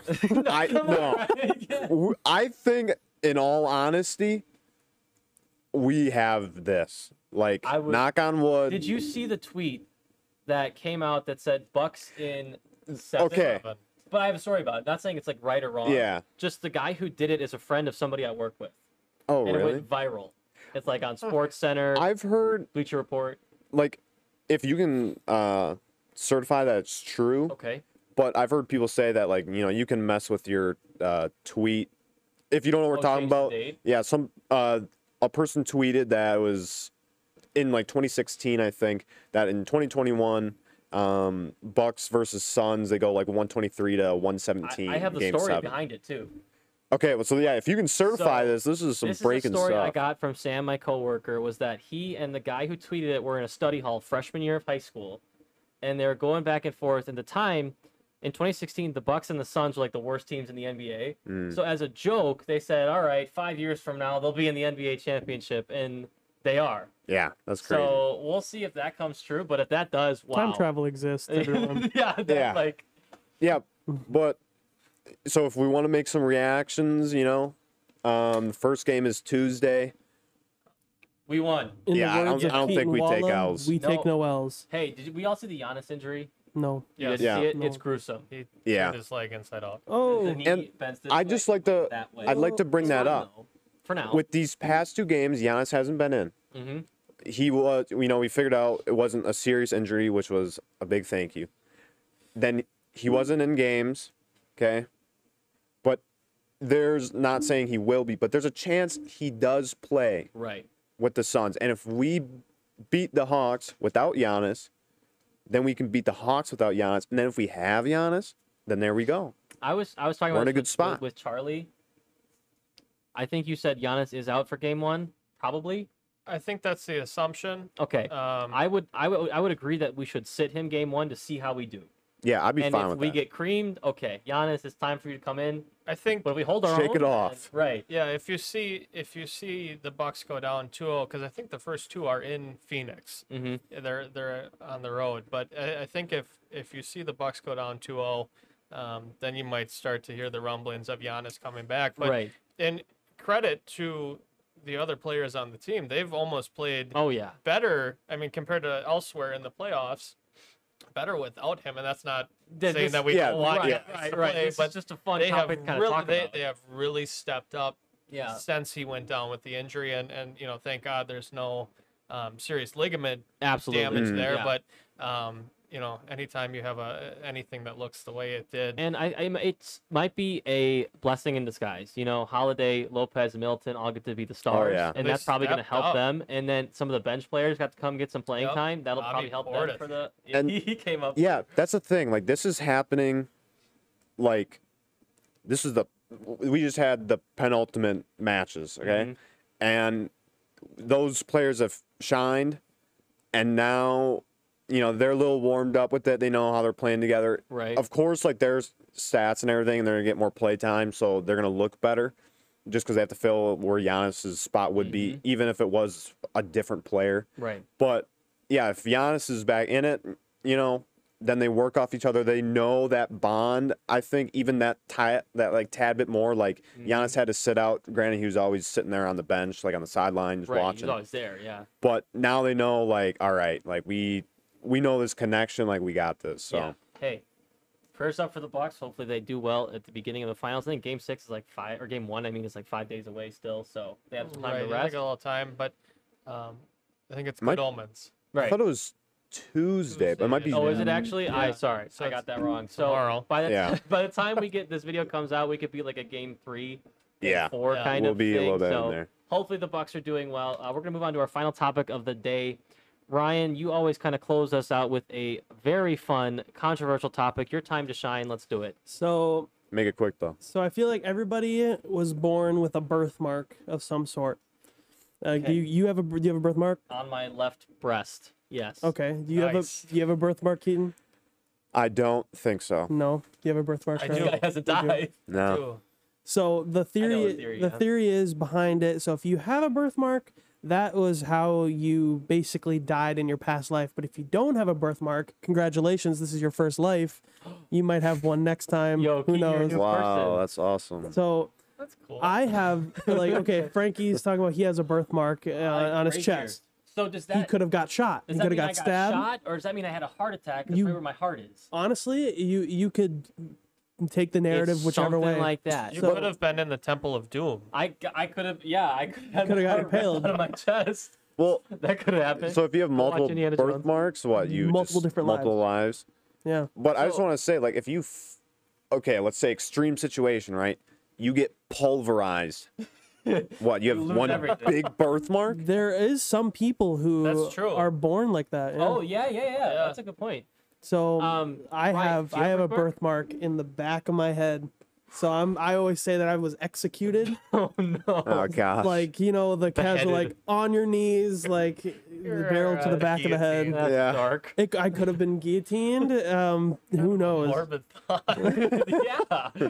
[SPEAKER 2] I no. W- I think, in all honesty, we have this. Like,
[SPEAKER 1] I would-
[SPEAKER 2] knock on wood.
[SPEAKER 1] Did you see the tweet that came out that said Bucks in seven?
[SPEAKER 2] Okay.
[SPEAKER 4] But
[SPEAKER 1] But I have a story about it. Not saying it's like right or wrong.
[SPEAKER 2] Yeah.
[SPEAKER 1] Just the guy who did it is a friend of somebody I work with.
[SPEAKER 2] Oh,
[SPEAKER 1] And it
[SPEAKER 2] really?
[SPEAKER 1] went viral. It's like on Sports Center,
[SPEAKER 2] I've heard
[SPEAKER 1] Bleacher Report.
[SPEAKER 2] like, if you can uh, certify that it's true,
[SPEAKER 1] Okay.
[SPEAKER 2] but I've heard people say that like you know you can mess with your uh, tweet if you don't know what we're
[SPEAKER 1] Oh,
[SPEAKER 2] talking
[SPEAKER 1] change the
[SPEAKER 2] about.
[SPEAKER 1] date?
[SPEAKER 2] Yeah, some uh, a person tweeted that it was in like 2016, I think that in 2021. Um, Bucks versus Suns, they go like 123 to 117.
[SPEAKER 1] I, I have the
[SPEAKER 2] game
[SPEAKER 1] story
[SPEAKER 2] seven.
[SPEAKER 1] behind it too.
[SPEAKER 2] Okay, well, so yeah, if you can certify
[SPEAKER 1] So,
[SPEAKER 2] this, this is some
[SPEAKER 1] this
[SPEAKER 2] breaking
[SPEAKER 1] is a story
[SPEAKER 2] stuff.
[SPEAKER 1] I got from Sam, my coworker, was that he and the guy who tweeted it were in a study hall freshman year of high school, and they were going back and forth. At the time, in 2016, the Bucks and the Suns were like the worst teams in the NBA.
[SPEAKER 2] Mm.
[SPEAKER 1] So as a joke, they said, "All right, five years from now, they'll be in the NBA championship," and they are.
[SPEAKER 2] Yeah, that's crazy.
[SPEAKER 1] So we'll see if that comes true. But if that does, wow.
[SPEAKER 3] Time travel exists. Everyone.
[SPEAKER 1] yeah, that's
[SPEAKER 2] Yeah.
[SPEAKER 1] like
[SPEAKER 2] yeah, but so if we want to make some reactions, you know, um, the first game is Tuesday.
[SPEAKER 1] We won.
[SPEAKER 3] In
[SPEAKER 2] Yeah, I
[SPEAKER 3] the
[SPEAKER 2] don't-
[SPEAKER 3] words of
[SPEAKER 2] I don't think
[SPEAKER 3] Keaton
[SPEAKER 2] we take
[SPEAKER 3] Walla,
[SPEAKER 2] L's.
[SPEAKER 3] We take
[SPEAKER 1] No.
[SPEAKER 3] no L's.
[SPEAKER 1] Hey, did you- we all see the Giannis injury?
[SPEAKER 3] No.
[SPEAKER 1] You
[SPEAKER 4] Yes.
[SPEAKER 1] guys see it?
[SPEAKER 3] No.
[SPEAKER 1] It's gruesome.
[SPEAKER 4] He
[SPEAKER 2] Yeah.
[SPEAKER 4] turned his leg inside out.
[SPEAKER 3] Oh,
[SPEAKER 1] The knee
[SPEAKER 2] And
[SPEAKER 1] bends this
[SPEAKER 2] I
[SPEAKER 1] way,
[SPEAKER 2] just like to
[SPEAKER 1] that way. Oh.
[SPEAKER 2] I'd like to bring
[SPEAKER 1] It's
[SPEAKER 2] that
[SPEAKER 1] fine,
[SPEAKER 2] up.
[SPEAKER 1] though, for now.
[SPEAKER 2] With these past two games, Giannis hasn't been in.
[SPEAKER 1] hmm
[SPEAKER 2] He was, you know, we figured out it wasn't a serious injury, which was a big thank you. Then he wasn't in games, okay? But there's not saying he will be, but there's a chance he does play
[SPEAKER 1] Right.
[SPEAKER 2] with the Suns. And if we beat the Hawks without Giannis, then we can beat the Hawks without Giannis. And then if we have Giannis, then there we go.
[SPEAKER 1] I was I was talking
[SPEAKER 2] We're
[SPEAKER 1] about
[SPEAKER 2] in a
[SPEAKER 1] this
[SPEAKER 2] good
[SPEAKER 1] with-
[SPEAKER 2] spot.
[SPEAKER 1] with, with Charlie. I think you said Giannis is out for game one, probably.
[SPEAKER 4] I think that's the assumption.
[SPEAKER 1] Okay.
[SPEAKER 2] Uh,
[SPEAKER 4] Um,
[SPEAKER 1] I would I would I would agree that we should sit him game one to see how we do.
[SPEAKER 2] Yeah, I'd be
[SPEAKER 1] and
[SPEAKER 2] fine
[SPEAKER 1] if
[SPEAKER 2] with
[SPEAKER 1] we
[SPEAKER 2] that.
[SPEAKER 1] get creamed, okay, Giannis, it's time for you to come in.
[SPEAKER 4] I think
[SPEAKER 1] But if we hold our
[SPEAKER 2] Shake
[SPEAKER 1] own,
[SPEAKER 2] it
[SPEAKER 1] then-
[SPEAKER 2] off.
[SPEAKER 1] right?
[SPEAKER 4] Yeah, if you see if you see the Bucks go down 2-0 because I think the first two are in Phoenix.
[SPEAKER 1] Mhm.
[SPEAKER 4] Yeah, They're they're on the road, but I, I think if if you see the Bucks go down 2-0, um, then you might start to hear the rumblings of Giannis coming back. But
[SPEAKER 1] Right.
[SPEAKER 4] and credit to the other players on the team, they've almost played
[SPEAKER 1] Oh yeah.
[SPEAKER 4] better. I mean, compared to elsewhere in the playoffs, better without him, and that's not
[SPEAKER 1] Th-
[SPEAKER 4] saying
[SPEAKER 1] this-
[SPEAKER 4] that we
[SPEAKER 2] yeah,
[SPEAKER 4] don't want
[SPEAKER 1] right,
[SPEAKER 4] Giannis
[SPEAKER 1] right,
[SPEAKER 4] to
[SPEAKER 1] right.
[SPEAKER 4] play,
[SPEAKER 1] This
[SPEAKER 4] but
[SPEAKER 1] is just a fun
[SPEAKER 4] they have
[SPEAKER 1] topic to kind of
[SPEAKER 4] really,
[SPEAKER 1] talk
[SPEAKER 4] they,
[SPEAKER 1] about.
[SPEAKER 4] they have really stepped up
[SPEAKER 1] yeah.
[SPEAKER 4] since he went down with the injury and and you know thank god there's no um, serious ligament
[SPEAKER 1] Absolutely. Mm.
[SPEAKER 4] damage there
[SPEAKER 1] Yeah.
[SPEAKER 4] but um, you know anytime you have a anything that looks the way it did
[SPEAKER 1] and I, I it's might be a blessing in disguise. You know, Holiday, Lopez, Milton all get to be the stars,
[SPEAKER 2] Oh, yeah.
[SPEAKER 1] and
[SPEAKER 4] They
[SPEAKER 1] that's probably going to
[SPEAKER 4] stepped
[SPEAKER 1] help
[SPEAKER 4] up.
[SPEAKER 1] them. And then some of the bench players got to come get some playing
[SPEAKER 4] Yep.
[SPEAKER 1] time. That'll
[SPEAKER 4] Bobby
[SPEAKER 1] probably help them
[SPEAKER 4] Portis.
[SPEAKER 1] for the.
[SPEAKER 2] And-
[SPEAKER 1] he, he came up.
[SPEAKER 2] yeah, that's the thing. Like this is happening. Like this is the we just had the penultimate matches, okay, and those players have shined, and now you know they're a little warmed up with it. They know how they're playing together.
[SPEAKER 1] Right.
[SPEAKER 2] Of course, like there's stats and everything, and they're gonna get more play time, so they're gonna look better. Just because they have to fill where Giannis's spot would be, even if it was a different player.
[SPEAKER 1] Right.
[SPEAKER 2] But yeah, if Giannis is back in it, you know, then they work off each other. They know that bond. I think even that tie that like tad bit more. Like
[SPEAKER 1] Mm-hmm.
[SPEAKER 2] Giannis had to sit out. Granted, he was always sitting there on the bench, like on the sideline, just
[SPEAKER 1] Right.
[SPEAKER 2] watching.
[SPEAKER 1] He's always there. Yeah.
[SPEAKER 2] But now they know, like, all right, like we we know this connection. Like we got this. So
[SPEAKER 1] Yeah. Hey. Prayers up for the Bucks. Hopefully they do well at the beginning of the finals. I think Game Six is like five, or Game One. I mean, is like five days away still, so they have some time
[SPEAKER 4] right,
[SPEAKER 1] to
[SPEAKER 4] yeah, they
[SPEAKER 1] rest.
[SPEAKER 4] got a little time but um, i think it's
[SPEAKER 2] Might-
[SPEAKER 4] good omens
[SPEAKER 2] I
[SPEAKER 1] Right.
[SPEAKER 2] thought it was Tuesday, but it might be.
[SPEAKER 1] Oh, is it actually? I
[SPEAKER 4] Yeah.
[SPEAKER 1] sorry,
[SPEAKER 4] So
[SPEAKER 1] I
[SPEAKER 4] it's
[SPEAKER 1] got that wrong. So
[SPEAKER 4] tomorrow.
[SPEAKER 1] by the
[SPEAKER 2] Yeah.
[SPEAKER 1] by the time we get this video comes out, we could be like a game three, game
[SPEAKER 2] Yeah.
[SPEAKER 1] four
[SPEAKER 4] Yeah.
[SPEAKER 1] kind
[SPEAKER 2] We'll
[SPEAKER 1] of
[SPEAKER 2] be a
[SPEAKER 1] thing.
[SPEAKER 2] little bit in
[SPEAKER 1] so
[SPEAKER 2] there.
[SPEAKER 1] hopefully the Bucks are doing well. Uh, we're gonna move on to our final topic of the day. Ryan, you always kind of close us out with a very fun, controversial topic. Your time to shine. Let's do it.
[SPEAKER 3] so
[SPEAKER 2] Make it quick though.
[SPEAKER 3] So I feel like everybody was born with a birthmark of some sort. Uh,
[SPEAKER 1] Okay.
[SPEAKER 3] Do you, you have a do you have a birthmark?
[SPEAKER 1] On my left breast. Yes.
[SPEAKER 3] Okay. Do you
[SPEAKER 4] Nice.
[SPEAKER 3] have a do you have a birthmark, Keaton?
[SPEAKER 2] I don't think so.
[SPEAKER 3] No. Do you have a birthmark?
[SPEAKER 4] I
[SPEAKER 3] Trevor?
[SPEAKER 4] do.
[SPEAKER 1] Guy hasn't died.
[SPEAKER 2] No.
[SPEAKER 4] Ooh,
[SPEAKER 3] So the theory
[SPEAKER 1] the
[SPEAKER 3] the
[SPEAKER 1] theory,
[SPEAKER 3] theory,
[SPEAKER 1] yeah.
[SPEAKER 3] is behind it. So if you have a birthmark, that was how you basically died in your past life. But if you don't have a birthmark, congratulations, this is your first life. You might have one next time.
[SPEAKER 1] Yo,
[SPEAKER 3] Who
[SPEAKER 1] Keaton, you're a
[SPEAKER 3] knows?
[SPEAKER 1] new-
[SPEAKER 2] Wow,
[SPEAKER 1] person.
[SPEAKER 2] that's awesome.
[SPEAKER 3] So
[SPEAKER 4] that's cool
[SPEAKER 3] I have like okay, Frankie's talking about he has a birthmark uh, on his
[SPEAKER 1] Right here.
[SPEAKER 3] chest.
[SPEAKER 1] So does that?
[SPEAKER 3] he could have got shot.
[SPEAKER 1] does
[SPEAKER 3] he
[SPEAKER 1] that
[SPEAKER 3] could
[SPEAKER 1] mean
[SPEAKER 3] have
[SPEAKER 1] I
[SPEAKER 3] got,
[SPEAKER 1] got
[SPEAKER 3] stabbed.
[SPEAKER 1] shot, or does that mean I had a heart attack? That's
[SPEAKER 3] You-
[SPEAKER 1] right where my heart is.
[SPEAKER 3] Honestly, you you could take the narrative
[SPEAKER 1] It's
[SPEAKER 3] whichever
[SPEAKER 1] something
[SPEAKER 3] way.
[SPEAKER 1] like that.
[SPEAKER 4] you
[SPEAKER 3] so-
[SPEAKER 4] could have been in the temple of doom
[SPEAKER 1] I, I could have yeah I could have
[SPEAKER 3] Coulda got impaled.
[SPEAKER 1] out of my chest.
[SPEAKER 2] Well,
[SPEAKER 1] That could have happened.
[SPEAKER 2] so if you have multiple
[SPEAKER 3] Indiana Jones.
[SPEAKER 2] birthmarks, what you
[SPEAKER 3] Multiple
[SPEAKER 2] just-
[SPEAKER 3] different
[SPEAKER 2] multiple lives.
[SPEAKER 3] yeah.
[SPEAKER 2] But I just want to say, like, if you, f- okay, let's say extreme situation, right? You get pulverized. what you have
[SPEAKER 1] lose
[SPEAKER 2] one
[SPEAKER 1] everything.
[SPEAKER 2] big birthmark?
[SPEAKER 3] There is some people who
[SPEAKER 4] That's true.
[SPEAKER 3] are born like that. yeah.
[SPEAKER 1] oh yeah, yeah, yeah, That's a good point.
[SPEAKER 3] So
[SPEAKER 1] Um,
[SPEAKER 3] I
[SPEAKER 1] Ryan,
[SPEAKER 3] have
[SPEAKER 1] do you
[SPEAKER 3] I
[SPEAKER 1] have
[SPEAKER 3] have
[SPEAKER 1] a
[SPEAKER 3] a birthmark in the back of my head. So I'm I always say that I was executed.
[SPEAKER 1] Oh no.
[SPEAKER 2] Oh gosh.
[SPEAKER 3] like, you know, the casual
[SPEAKER 1] Beheaded.
[SPEAKER 3] like on your knees, like the barrel to
[SPEAKER 4] uh,
[SPEAKER 3] the back of the head.
[SPEAKER 4] guillotine.
[SPEAKER 1] That's
[SPEAKER 2] Yeah.
[SPEAKER 1] dark.
[SPEAKER 3] It, I could have been guillotined. Um, who knows?
[SPEAKER 4] morbid thought
[SPEAKER 1] yeah.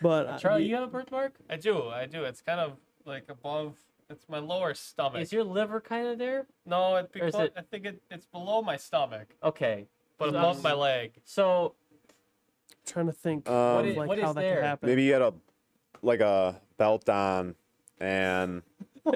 [SPEAKER 3] But uh,
[SPEAKER 1] Charlie, you have a birthmark?
[SPEAKER 4] I do, I do. It's kind of like above. It's my lower stomach.
[SPEAKER 1] Is your liver kind of there?
[SPEAKER 4] No, it,
[SPEAKER 1] or is
[SPEAKER 4] beco-
[SPEAKER 1] it-
[SPEAKER 4] I think it, it's below my stomach,
[SPEAKER 1] Okay.
[SPEAKER 4] but
[SPEAKER 1] So
[SPEAKER 4] above
[SPEAKER 1] I'm-
[SPEAKER 4] my leg.
[SPEAKER 1] So
[SPEAKER 3] trying to think
[SPEAKER 2] Um,
[SPEAKER 3] of
[SPEAKER 2] What is-
[SPEAKER 3] like
[SPEAKER 1] what
[SPEAKER 3] how
[SPEAKER 1] is
[SPEAKER 3] that
[SPEAKER 1] there?
[SPEAKER 3] could happen.
[SPEAKER 2] Maybe you had a like a belt on and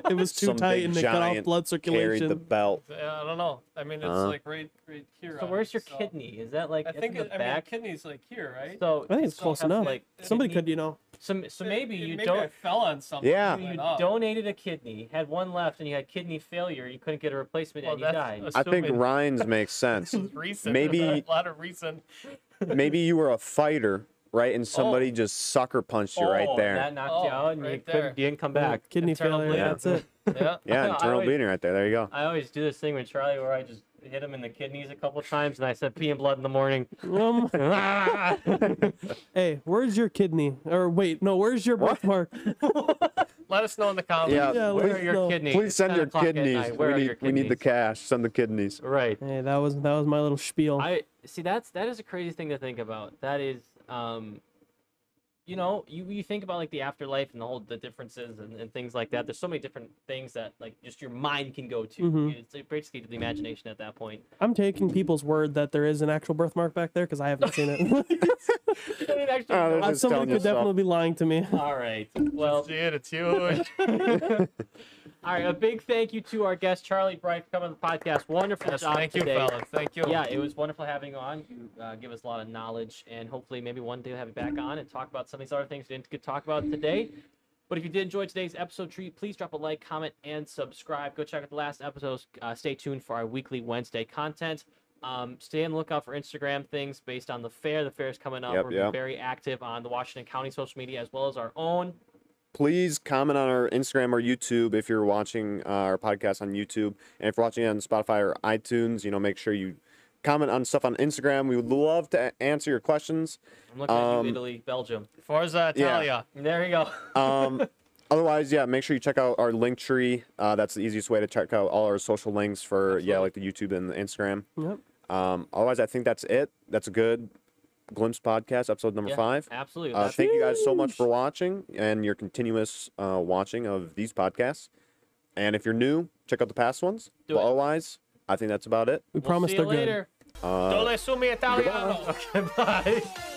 [SPEAKER 3] it was too
[SPEAKER 2] some
[SPEAKER 3] tight
[SPEAKER 2] big
[SPEAKER 3] and they cut off
[SPEAKER 2] giant
[SPEAKER 3] blood
[SPEAKER 2] carried
[SPEAKER 3] circulation.
[SPEAKER 2] the belt.
[SPEAKER 4] Yeah, I don't know. I mean, it's
[SPEAKER 2] Uh-huh.
[SPEAKER 4] like right, right here.
[SPEAKER 1] So
[SPEAKER 4] on
[SPEAKER 1] where's
[SPEAKER 4] it,
[SPEAKER 1] your
[SPEAKER 4] so-
[SPEAKER 1] kidney? Is that like
[SPEAKER 4] I
[SPEAKER 1] it's
[SPEAKER 4] think
[SPEAKER 1] in
[SPEAKER 4] it,
[SPEAKER 1] the
[SPEAKER 4] I mean,
[SPEAKER 1] back?
[SPEAKER 4] kidney's like here, right?
[SPEAKER 1] so
[SPEAKER 3] I think it's
[SPEAKER 4] So
[SPEAKER 3] close
[SPEAKER 4] have
[SPEAKER 3] enough.
[SPEAKER 1] like
[SPEAKER 3] Somebody could, you know,
[SPEAKER 1] so, so
[SPEAKER 4] It-
[SPEAKER 1] maybe
[SPEAKER 4] it-
[SPEAKER 1] you
[SPEAKER 4] maybe I
[SPEAKER 1] don't
[SPEAKER 4] fell on something.
[SPEAKER 2] Yeah.
[SPEAKER 4] and
[SPEAKER 1] you
[SPEAKER 4] went up.
[SPEAKER 1] donated a kidney, had one left, and you had kidney failure. You couldn't get a replacement,
[SPEAKER 4] Well,
[SPEAKER 1] and you
[SPEAKER 4] that's
[SPEAKER 1] died.
[SPEAKER 4] a-
[SPEAKER 2] I think
[SPEAKER 4] Assuming-
[SPEAKER 2] Rhines makes sense.
[SPEAKER 4] Recent.
[SPEAKER 2] Maybe-
[SPEAKER 4] a lot of recent.
[SPEAKER 2] Maybe you were a fighter, right? And somebody just sucker punched you right
[SPEAKER 4] Oh,
[SPEAKER 2] there.
[SPEAKER 1] Oh. That knocked
[SPEAKER 4] Oh,
[SPEAKER 1] you out, and you,
[SPEAKER 4] right there.
[SPEAKER 1] couldn't, you didn't come back.
[SPEAKER 3] kidney
[SPEAKER 4] internal
[SPEAKER 3] failure.
[SPEAKER 4] bleeding.
[SPEAKER 3] That's it.
[SPEAKER 4] Yeah.
[SPEAKER 2] yeah,
[SPEAKER 1] I
[SPEAKER 2] internal
[SPEAKER 1] always-
[SPEAKER 2] bleeding right there. There you go.
[SPEAKER 1] I always do this thing with Charlie where I just hit him in the kidneys a couple times, and I said pee and blood in the morning.
[SPEAKER 3] Um,
[SPEAKER 1] Ah!
[SPEAKER 3] hey, where's your kidney? Or wait, no, where's your
[SPEAKER 2] What?
[SPEAKER 3] birthmark?
[SPEAKER 4] Let us know in the comments.
[SPEAKER 2] Yeah.
[SPEAKER 3] Yeah,
[SPEAKER 1] Uh, Where are
[SPEAKER 3] Please,
[SPEAKER 1] your
[SPEAKER 3] no.
[SPEAKER 1] kidneys?
[SPEAKER 2] Please
[SPEAKER 1] It's
[SPEAKER 2] send
[SPEAKER 1] 10
[SPEAKER 2] your
[SPEAKER 1] o'clock at
[SPEAKER 2] kidneys.
[SPEAKER 1] night. Where
[SPEAKER 2] We
[SPEAKER 1] are
[SPEAKER 2] need
[SPEAKER 1] your
[SPEAKER 2] we need the
[SPEAKER 1] kidneys?
[SPEAKER 2] cash. Send the kidneys.
[SPEAKER 1] Right.
[SPEAKER 3] Hey, that was that was my little spiel.
[SPEAKER 1] I see. That's that is a crazy thing to think about. That is, um, you know, you, you think about like the afterlife and the whole the differences and, and things like that. There's so many different things that like just your mind can go to.
[SPEAKER 2] Mm-hmm.
[SPEAKER 3] Mhm.
[SPEAKER 1] It's basically to the imagination at that point.
[SPEAKER 2] Oh,
[SPEAKER 3] I'm taking people's word that there is an actual birthmark back there because I haven't seen it.
[SPEAKER 1] You don't even actually
[SPEAKER 2] Oh,
[SPEAKER 1] know.
[SPEAKER 2] there's just
[SPEAKER 3] Uh,
[SPEAKER 2] telling
[SPEAKER 3] Somebody could
[SPEAKER 2] yourself.
[SPEAKER 3] definitely be lying to me.
[SPEAKER 1] All right. Well,
[SPEAKER 4] Dude, it's huge.
[SPEAKER 1] all right. A big thank you to our guest Charlie Bright for coming to the podcast. Wonderful
[SPEAKER 4] Yes,
[SPEAKER 1] job
[SPEAKER 4] thank you,
[SPEAKER 1] today.
[SPEAKER 4] fellas. Thank you.
[SPEAKER 1] Yeah, it was wonderful having you on. You uh, give us a lot of knowledge, and hopefully, maybe one day we'll have you back on and talk about some of these other things we didn't get to talk about today. But if you did enjoy today's episode, tre- please drop a like, comment, and subscribe. Go check out the last episodes. Uh, stay tuned for our weekly Wednesday content. Um, stay on the lookout for Instagram things based on the fair. The fair is coming up.
[SPEAKER 2] Yep,
[SPEAKER 1] We're
[SPEAKER 2] yep.
[SPEAKER 1] very active on the Washington County social media as well as our own.
[SPEAKER 2] Please comment on our Instagram or YouTube if you're watching uh, our podcast on YouTube, and if you're watching it on Spotify or iTunes, you know, make sure you comment on stuff on Instagram. We would love to a- answer your questions.
[SPEAKER 1] I'm looking at
[SPEAKER 2] Um,
[SPEAKER 1] you, Italy, Belgium.
[SPEAKER 4] Forza
[SPEAKER 2] Yeah.
[SPEAKER 4] Italia.
[SPEAKER 1] There you go.
[SPEAKER 2] Um, otherwise, yeah, make sure you check out our link tree. Uh, that's the easiest way to check out all our social links for yeah,
[SPEAKER 1] Absolutely.
[SPEAKER 2] like the YouTube and the Instagram.
[SPEAKER 3] Yep.
[SPEAKER 2] Um, otherwise, I think that's it. That's a good glimpse podcast, episode number
[SPEAKER 1] Yeah,
[SPEAKER 2] five.
[SPEAKER 1] Absolutely.
[SPEAKER 2] Uh,
[SPEAKER 1] That's-
[SPEAKER 2] thank you guys so much for watching and your continuous uh, watching of these podcasts. And if you're new, check out the past ones.
[SPEAKER 1] Do
[SPEAKER 2] but
[SPEAKER 1] it.
[SPEAKER 2] otherwise, I think that's about it.
[SPEAKER 3] We
[SPEAKER 1] we'll
[SPEAKER 3] promise
[SPEAKER 1] see
[SPEAKER 2] Uh,
[SPEAKER 3] they're
[SPEAKER 1] you
[SPEAKER 3] good.
[SPEAKER 1] later.
[SPEAKER 4] Dole sumi Italiano.
[SPEAKER 1] Okay, bye.